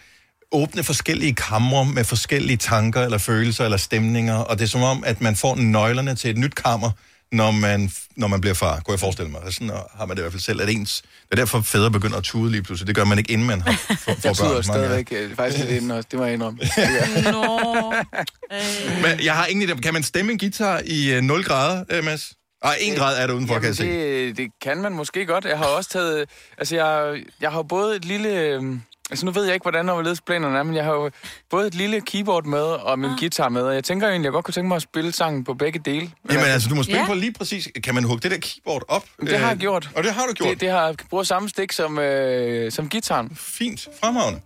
A: åbne forskellige kamre med forskellige tanker, eller følelser, eller stemninger, og det er som om, at man får nøglerne til et nyt kammer, når man, når man bliver far, kunne jeg forestille mig. Sådan har man det i hvert fald selv, at ens... Det er derfor, fædre begynder at tude lige pludselig. Det gør man ikke, inden man har får, får
W: Jeg
A: børn.
W: tuder
A: Mange er-
W: stadigvæk øh, faktisk lidt inden også, det må
A: [laughs]
W: jeg indrømme. øh.
A: Men jeg har ingen idé. om- Kan man stemme en guitar i øh, 0 grader, øh, Mads? Ej, 1 grad er det udenfor, kan jeg se.
W: det, det kan man måske godt. Jeg har også taget... Altså, jeg, jeg har jo både et lille... øhm, Altså, nu ved jeg ikke, hvordan overledsplanerne er, men jeg har jo både et lille keyboard med og
B: Ah.
W: min guitar med, og jeg tænker egentlig, jeg godt kunne tænke mig at spille sangen på begge dele.
A: Jamen altså, du må spille på lige præcis... Kan man hugge det der keyboard op?
W: Det har jeg
A: Øh,
W: gjort.
A: Og det har du gjort?
W: Det, det har jeg bruger samme stik som, øh, som gitaren.
A: Fint. Fremragende.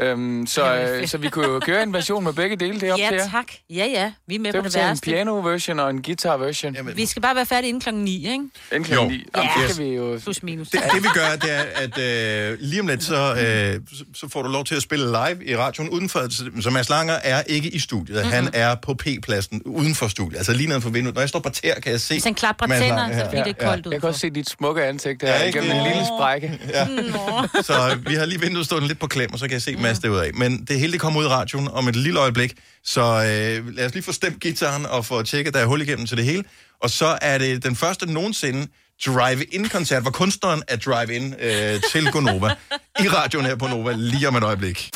W: Øhm, så, øh, så vi kunne jo køre en version med begge
B: [laughs]
W: dele. Det er op til
B: Ja,
W: jer.
B: tak. Ja, ja. Vi er med
W: Det
B: på
W: er op
B: det
W: til en
B: værste.
W: piano-version og en guitar-version.
B: Vi skal bare være færdige inden klokken 9, ikke?
W: Inden klokken ni. Jamen,
B: Ja.
W: det kan vi jo...
B: Plus minus.
A: Det, det vi gør, det er, at øh, lige om lidt, så, øh, så- så får du lov til at spille live i radioen udenfor. Så så Mads Langer er ikke i studiet. Mm-hmm. Han er på P-pladsen uden for studiet. Altså lige neden for vinduet. Når jeg står på tæer, kan jeg se...
B: Hvis han klapper
A: Mads
B: tænder,
A: Langer
B: så er
A: her.
B: det fordi, det er koldt udenfor.
W: Jeg kan også se dit smukke ansigt her,
A: Ja,
W: ja,
A: ikke
W: igennem en
A: det?
W: lille sprække.
A: Ja. [laughs] Så øh, vi har lige vinduet stående lidt på klem, og så kan jeg se en masse derudaf. Men det hele det kommer ud i radioen om et lille øjeblik, så øh, lad os lige få stemt gitaren og få tjekket, der er hul igennem til det hele. Og så er det den første nogensinde drive-in-koncert, hvor kunstneren er drive-in øh, til Gonova i radioen her på Nova lige om et øjeblik.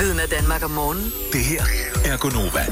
D: Lyden af Danmark om morgenen.
A: Det her er Gonova.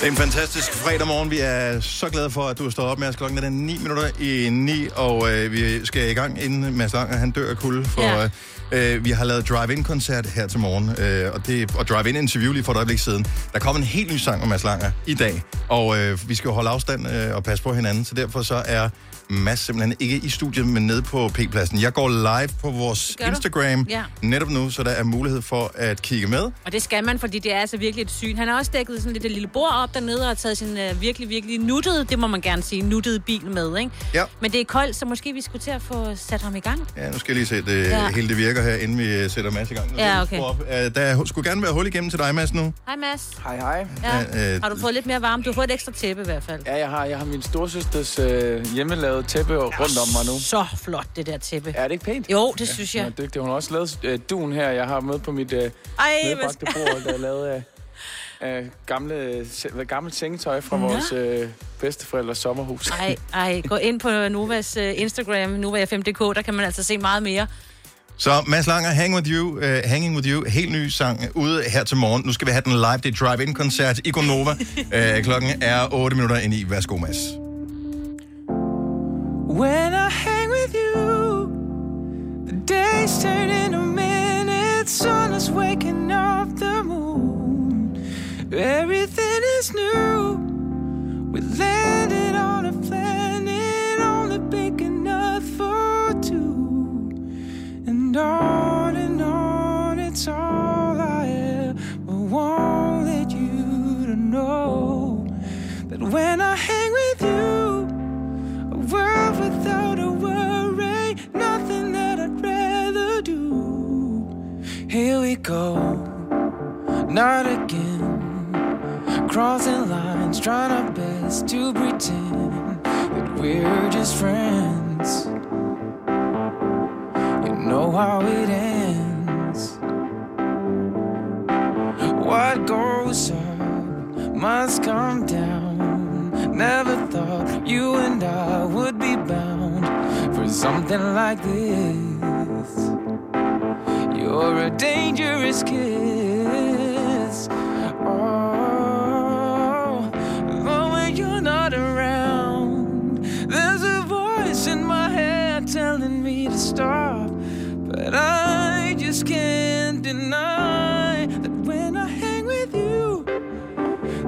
A: Det er en fantastisk fredag morgen. Vi er så glade for, at du har stået op med os. Klokken er den 9 minutter i 9, og øh, vi skal i gang, inden Mads Langer han dør af kulde. For,
E: Ja.
A: øh, øh, vi har lavet drive-in-koncert her til morgen, øh, og, det, og drive-in-interview lige for et øjeblik siden. Der kom en helt ny sang om Mads Langer i dag, og øh, vi skal jo holde afstand øh, og passe på hinanden, så derfor så er Mads simpelthen ikke i studiet, men nede på P-pladsen. Jeg går live på vores
B: gør du.
A: Instagram
B: Ja.
A: netop nu, så der er mulighed for at kigge med.
B: Og det skal man, fordi det er altså virkelig et syn. Han har også dækket sådan lidt et lille bord op dernede og har taget sin uh, virkelig, virkelig nuttede, det må man gerne sige, nuttede bil med, ikke?
A: Ja.
B: Men det er koldt, så måske vi skulle til at få sat ham i gang.
A: Ja, nu skal jeg lige se, at det
B: Ja.
A: ja. hele det virker her, inden vi øh, sætter Mads i gang. Nu
B: Ja,
A: skal vi
B: okay.
A: skrue Op. Øh, Der skulle gerne være hul igennem til dig, Mads, nu.
B: Hej Mads.
W: Hej, hej.
A: Ja,
B: Ja.
A: øh,
B: Har du fået lidt mere varme? Du har fået et ekstra tæppe i hvert fald.
W: Ja, jeg har, jeg har min storsøsters øh, hjemmelavede tæppe rundt om mig nu.
B: Så flot, det der tæppe.
W: Er det ikke pænt?
B: Jo, det synes jeg.
W: Hun er dygtig. Hun har også lavet øh, duen her, jeg har med på mit øh, medbragte
B: hvor-
W: bord, der er lavet af øh, gamle, øh, se- hvad, gammelt sengetøj fra vores øh, bedsteforældres sommerhus.
B: Ej, ej, gå ind på Novas uh, Instagram, novaf5.dk, der kan man altså se meget mere.
A: Så Mads Langer, Hang With You, uh, Hanging With You, helt ny sang øh, ude her til morgen. Nu skal vi have den live, det er Drive-In-koncert i Gonova.
B: [laughs]
A: uh, klokken er 8 minutter ind i. Værsgo, Mads.
X: When I hang with you, the days turn into minutes. Sun is waking up the moon. Everything is new. We landed on a planet only big enough for two. And on and on, it's all I ever wanted you to know. That when I hang with you, a world without a worry, nothing that I'd rather do. Here we go, not again. Crossing lines, trying our best to pretend that we're just friends. You know how it ends. What goes up must come down. Never thought you and I would be bound for something like this. You're a dangerous kiss. Oh, but when you're not around, there's a voice in my head telling me to stop. But I just can't deny that when I hang with you,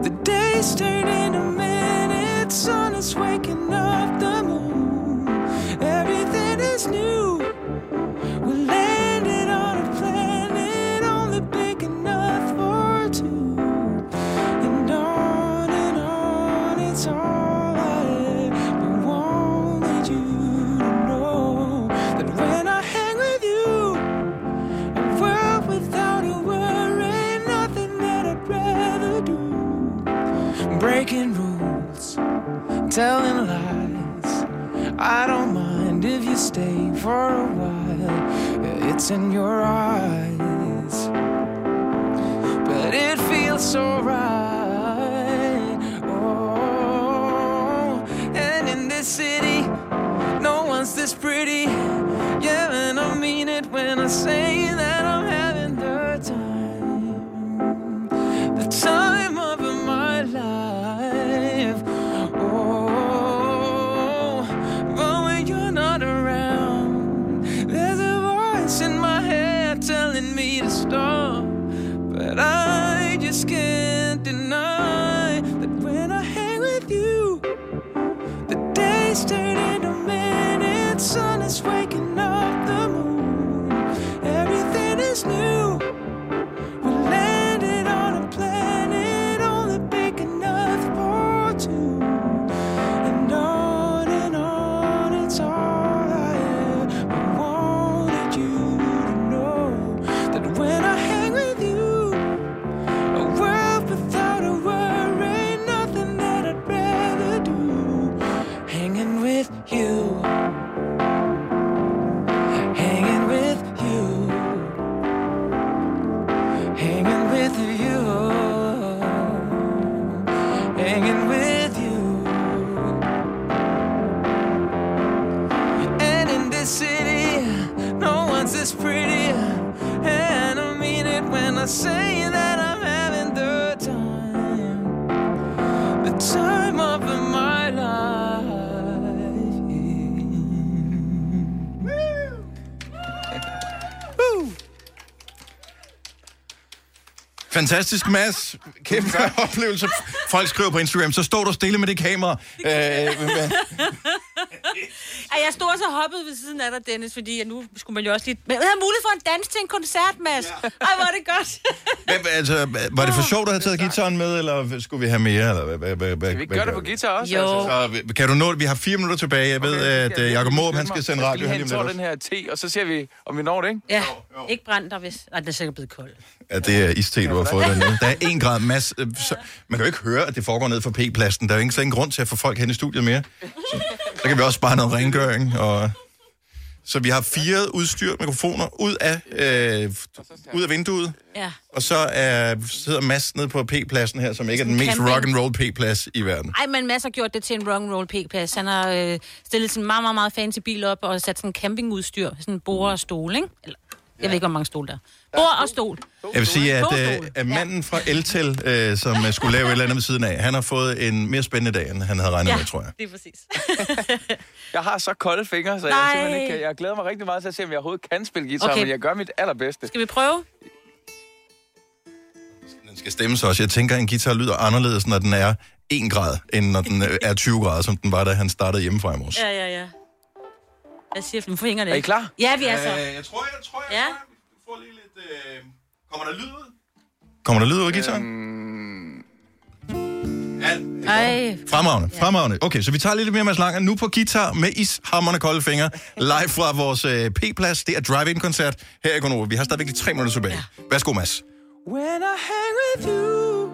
X: the days turn into minutes, sun is waking up the moon. Everything is new. We landed on a planet only big enough for two. And on and on, it's all I ever wanted you to know. That when I hang with you, a world without a worry, nothing that I'd rather do. Breaking rules, telling lies. I don't mind if you stay for a while. It's in your eyes, but it feels so right. Oh, and in this city, no one's this pretty. Yeah, and I mean it when I say that I'm having the time the time of my life. Oh, but when you're not around, there's a voice in my head telling me to stop. But I just can't deny that when I hang with you, the days turn into minutes, sun is waking up the moon. Everything is new. We landed on a planet only big enough for two. And on and on, it's all I ever wanted you to know. That when I hang with you, a world without a worry, nothing that I'd rather do. Hanging with you. Hanging with you hanging with you, hanging with you. And in this city, no one's this pretty. And I mean it when I say that I'm having the time, the time of my life. [laughs] Woo!
A: Fantastisk, Mads. Kæmpe oplevelse. Folk skriver på Instagram, så står du stille med det kamera. Øh, men-
B: Ej, jeg stod og så hoppede ved siden af dig, Dennis, fordi at nu skulle man jo også lige... Men jeg havde mulighed for en dans til en koncert, Mads. Ja. [laughs] Ej, hvor er det godt.
A: Hvad, hvad, altså, hvad- var det for sjovt at have taget gitaren med, eller skulle vi have mere? Eller hvad, hvad, hvad, Skal
W: vi gøre det på guitar også?
A: Jo.
W: altså?
A: Altså, så, kan du nå det? Vi har fire minutter tilbage. Jeg ved, okay, at uh, Jacob Måb, han skal sende radio her
W: her
A: lige om
W: Jeg
A: lidt.
W: skal den her te, og så ser vi, om vi når det, ikke?
B: Ja, ikke brændt dig, hvis... Ej, det er sikkert blevet koldt.
A: Ja, det er iste, du har fået dernede. Der er en grad masse. Øh, så, man kan jo ikke høre, at det foregår ned fra P-pladsen. Der er jo ingen, så ingen grund til at få folk hen i studiet mere. Så, så kan vi også spare noget rengøring. Og, så vi har fire udstyr, mikrofoner, ud af, øh, ud af vinduet.
B: Ja.
A: Og så er, sidder Mads nede på P-pladsen her, som ikke er den mest
B: Kæmpe.
A: rock and roll P-plads i verden.
B: Ej, men Mads har gjort det til en rock'n'roll p-plads. Han har øh, stillet sin meget, meget, meget fancy bil op og sat sådan en campingudstyr, sådan en bord og stol, ikke? Eller, jeg ved ikke, hvor mange stole der er. Bord og stol.
A: Jeg vil sige, at, øh,
B: Bogstol.
A: at manden fra Eltel, øh, som øh, skulle lave et eller andet ved siden af, han har fået en mere spændende dag, end han havde regnet
B: Ja,
A: med, tror jeg.
B: det er præcis.
W: Jeg har så kolde fingre, så Altså, jeg,
B: Nej.
W: simpelthen ikke, kan- jeg glæder mig rigtig meget til at se, om jeg overhovedet kan spille guitar,
B: Okay.
W: okay. men jeg gør mit allerbedste.
B: Skal vi prøve?
A: Den skal stemmes også. Jeg tænker, at en guitar lyder anderledes, når den er 1 grad, end når den øh, er 20 grader, som den var, da han startede hjemmefra i morges.
B: Ja, ja, ja. Jeg siger, nu får hængerne
A: Er I
B: ikke.
A: klar?
B: Ja, vi er så.
A: Øh, jeg tror, jeg tror, jeg
B: ja.
A: øh, Kommer der lyd ud? Kommer der lyd ud af guitaren?
W: Øhm,
B: Ej.
A: Fremragende, fremragende. Okay, så vi tager lidt mere Mads Langer nu på guitar med ishammerne kolde fingre. Live fra vores øh, P-plads. Det er Drive-In-koncert her i Gonova. Vi har stadigvæk de tre minutter tilbage. Værsgo, Mads.
X: When I hang with you,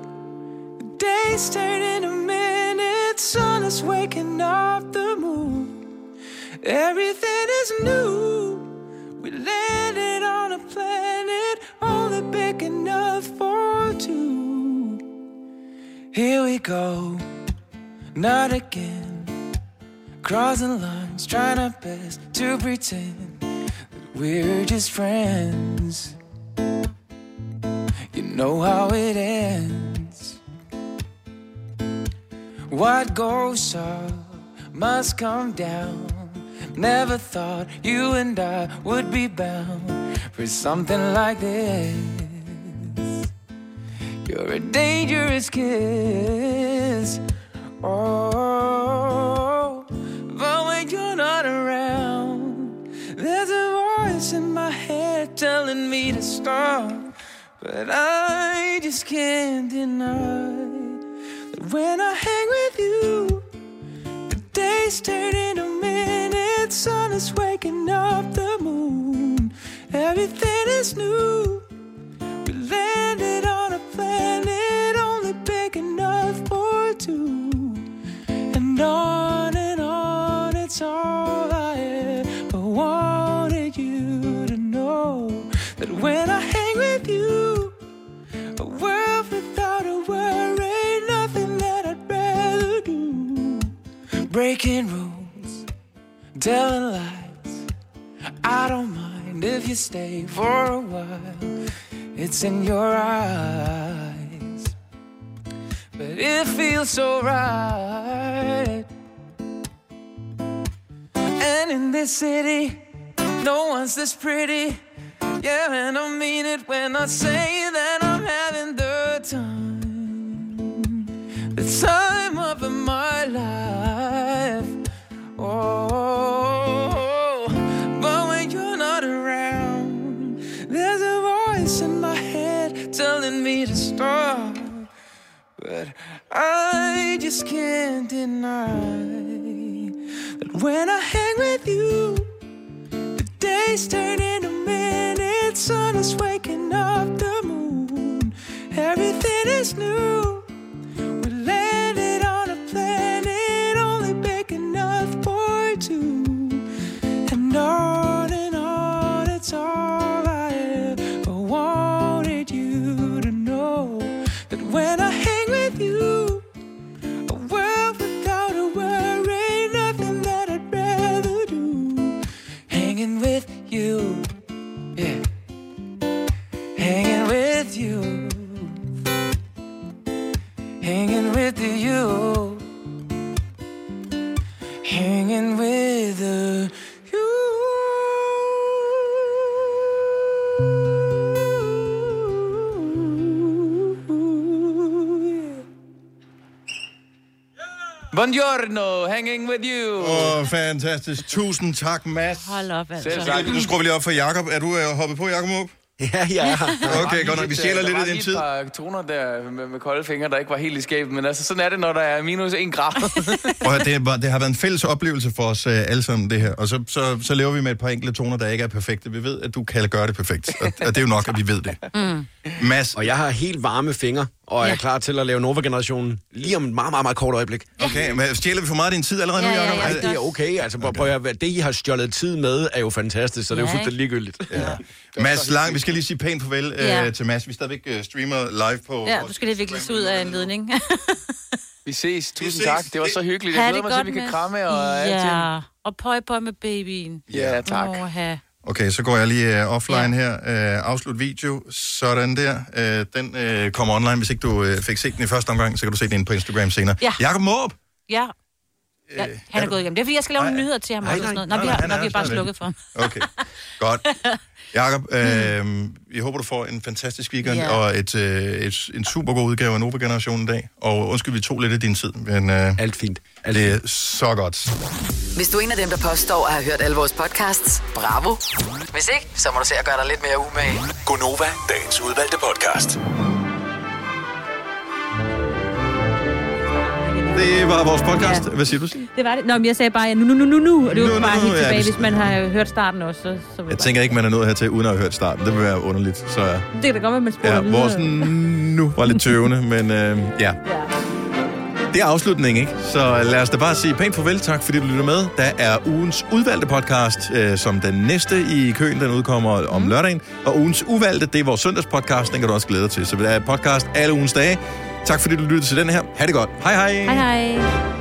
X: the days turn into minutes, sun is waking up the moon. Everything is new. We landed on a planet only big enough for two. Here we go, not again. Crossing lines, trying our best to pretend that we're just friends. You know how it ends. What goes up must come down. Never thought you and I would be bound for something like this. You're a dangerous kiss. Oh, but when you're not around, there's a voice in my head telling me to stop. But I just can't deny that when I hang with you, the days turn into minutes. Sun is waking up the moon. Everything is new. We landed on a planet only big enough for two. And on and on, it's all I ever wanted you to know. That when I hang with you, a world without a worry, nothing that I'd rather do. Breaking rules, telling lies. I don't mind if you stay for a while, it's in your eyes. But it feels so right. And in this city, no one's this pretty. Yeah, and I mean it when I say that I'm having the time. The time of my life. Oh, but when you're not around, there's a voice in my head telling me to stop. But I just can't deny that when I hang with you, the days turn into minutes. Sun is waking up the moon. Everything is new. We landed on a planet only big enough for two. And on and on, it's all I ever wanted you to know. That when I hang with you, a world without a worry, nothing that I'd rather do. Hanging with you, yeah. Hanging with you, hanging with you, hanging with the
W: Buongiorno, hanging with you.
A: Åh, oh, fantastisk. Tusind tak, Mads.
B: Hold op, altså.
A: Selv tak. Nu skruer vi lige op for Jakob. Er du øh, hoppet på, Jakob Måb?
W: Ja, [laughs]
A: jeg er her. Okay, godt nok. Vi sjæler lidt af din tid.
W: Der var lige et par toner der med, med kolde fingre, der ikke var helt i skabet, men altså, sådan er det, når der er minus 1 grad.
A: Og det, var, det har været en fælles oplevelse for os øh, alle sammen, det her. Og så, så, så lever vi med et par enkelte toner, der ikke er perfekte. Vi ved, at du kan gøre det perfekt. Og, og det er jo nok, at vi ved det.
B: Mm.
A: Mads.
Y: Og jeg har helt varme fingre, og er klar til at lave Nova-generationen lige om et meget, meget, meget kort øjeblik.
A: Okay, men stjæler vi for meget af din tid allerede nu, Jacob?
Y: Nej, det er okay. Altså, prøv, prøv at høre, det, I har stjålet tid med, er jo fantastisk, så det er jo
A: Ja, ikke?
Y: fuldstændig ligegyldigt.
A: Ja. Mads Lang, vi skal lige sige pænt farvel
B: Ja.
A: øh, til Mads. Vi stadigvæk øh, streamer live på...
B: Ja, du skal det virkelig se ud af en ledning.
W: Vi ses. Tusind tak. Det var så hyggeligt.
B: Ha'
W: Jeg
B: det
W: glæder mig
B: godt,
W: til, at vi kan
B: Mads.
W: kramme og
B: Ja, [laughs] og pøj pøj med babyen.
W: Ja, tak.
B: Åh, ha.
A: Okay, så går jeg lige øh, offline her. Øh, afslut video. Sådan der. Øh, den øh, kommer online. Hvis ikke du øh, fik set den i første omgang, så kan du se den inde på Instagram senere.
B: Ja.
A: Jakob Måb!
B: Ja.
A: Øh,
B: ja han er gået igennem. Det er, fordi jeg skal lave nogle nyheder til ham. Nej, og sådan noget. Nå, vi har, nå,
A: nej, nej,
B: vi har
A: nej,
B: bare
A: nej.
B: slukket for ham.
A: Okay, godt. Jakob, øh, jeg håber, du får en fantastisk weekend
B: Ja.
A: yeah. og et, øh, et, en super god udgave af Nova Generation i dag. Og undskyld, vi tog lidt af din tid, men... Øh,
Y: Alt fint.
A: Alt det er så godt.
D: Hvis du er en af dem, der påstår at have hørt alle vores podcasts, bravo. Hvis ikke, så må du se at gøre dig lidt mere umage.
L: Gonova, dagens udvalgte podcast.
A: Det var vores podcast. Hvad siger du? Signe?
B: Det var det. Nå, men jeg sagde bare, ja, nu, nu, nu, nu, nu. Og det var
A: Nu, nu,
B: bare
A: nu,
B: helt
A: ja,
B: tilbage,
A: hvis-
B: hvis man har hørt starten også. Så, så
A: Jeg tænker ikke, man er nået hertil, uden at have hørt starten. Det vil være underligt. Så ja,
B: det kan da godt være, man spoler
A: ja
B: videre.
A: vores nu var lidt tøvende, men øh, ja. Det er afslutningen, ikke? Så lad os da bare sige pænt farvel. Tak, fordi du lytter med. Der er ugens udvalgte podcast, øh, som den næste i køen, den udkommer om lørdagen. Og ugens uvalgte, det er vores søndagspodcast, den kan du også glæde dig til. Så der er podcast alle ugens dage. Tak fordi du lyttede til den her. Ha' det godt. Hej hej.
C: Hej hej.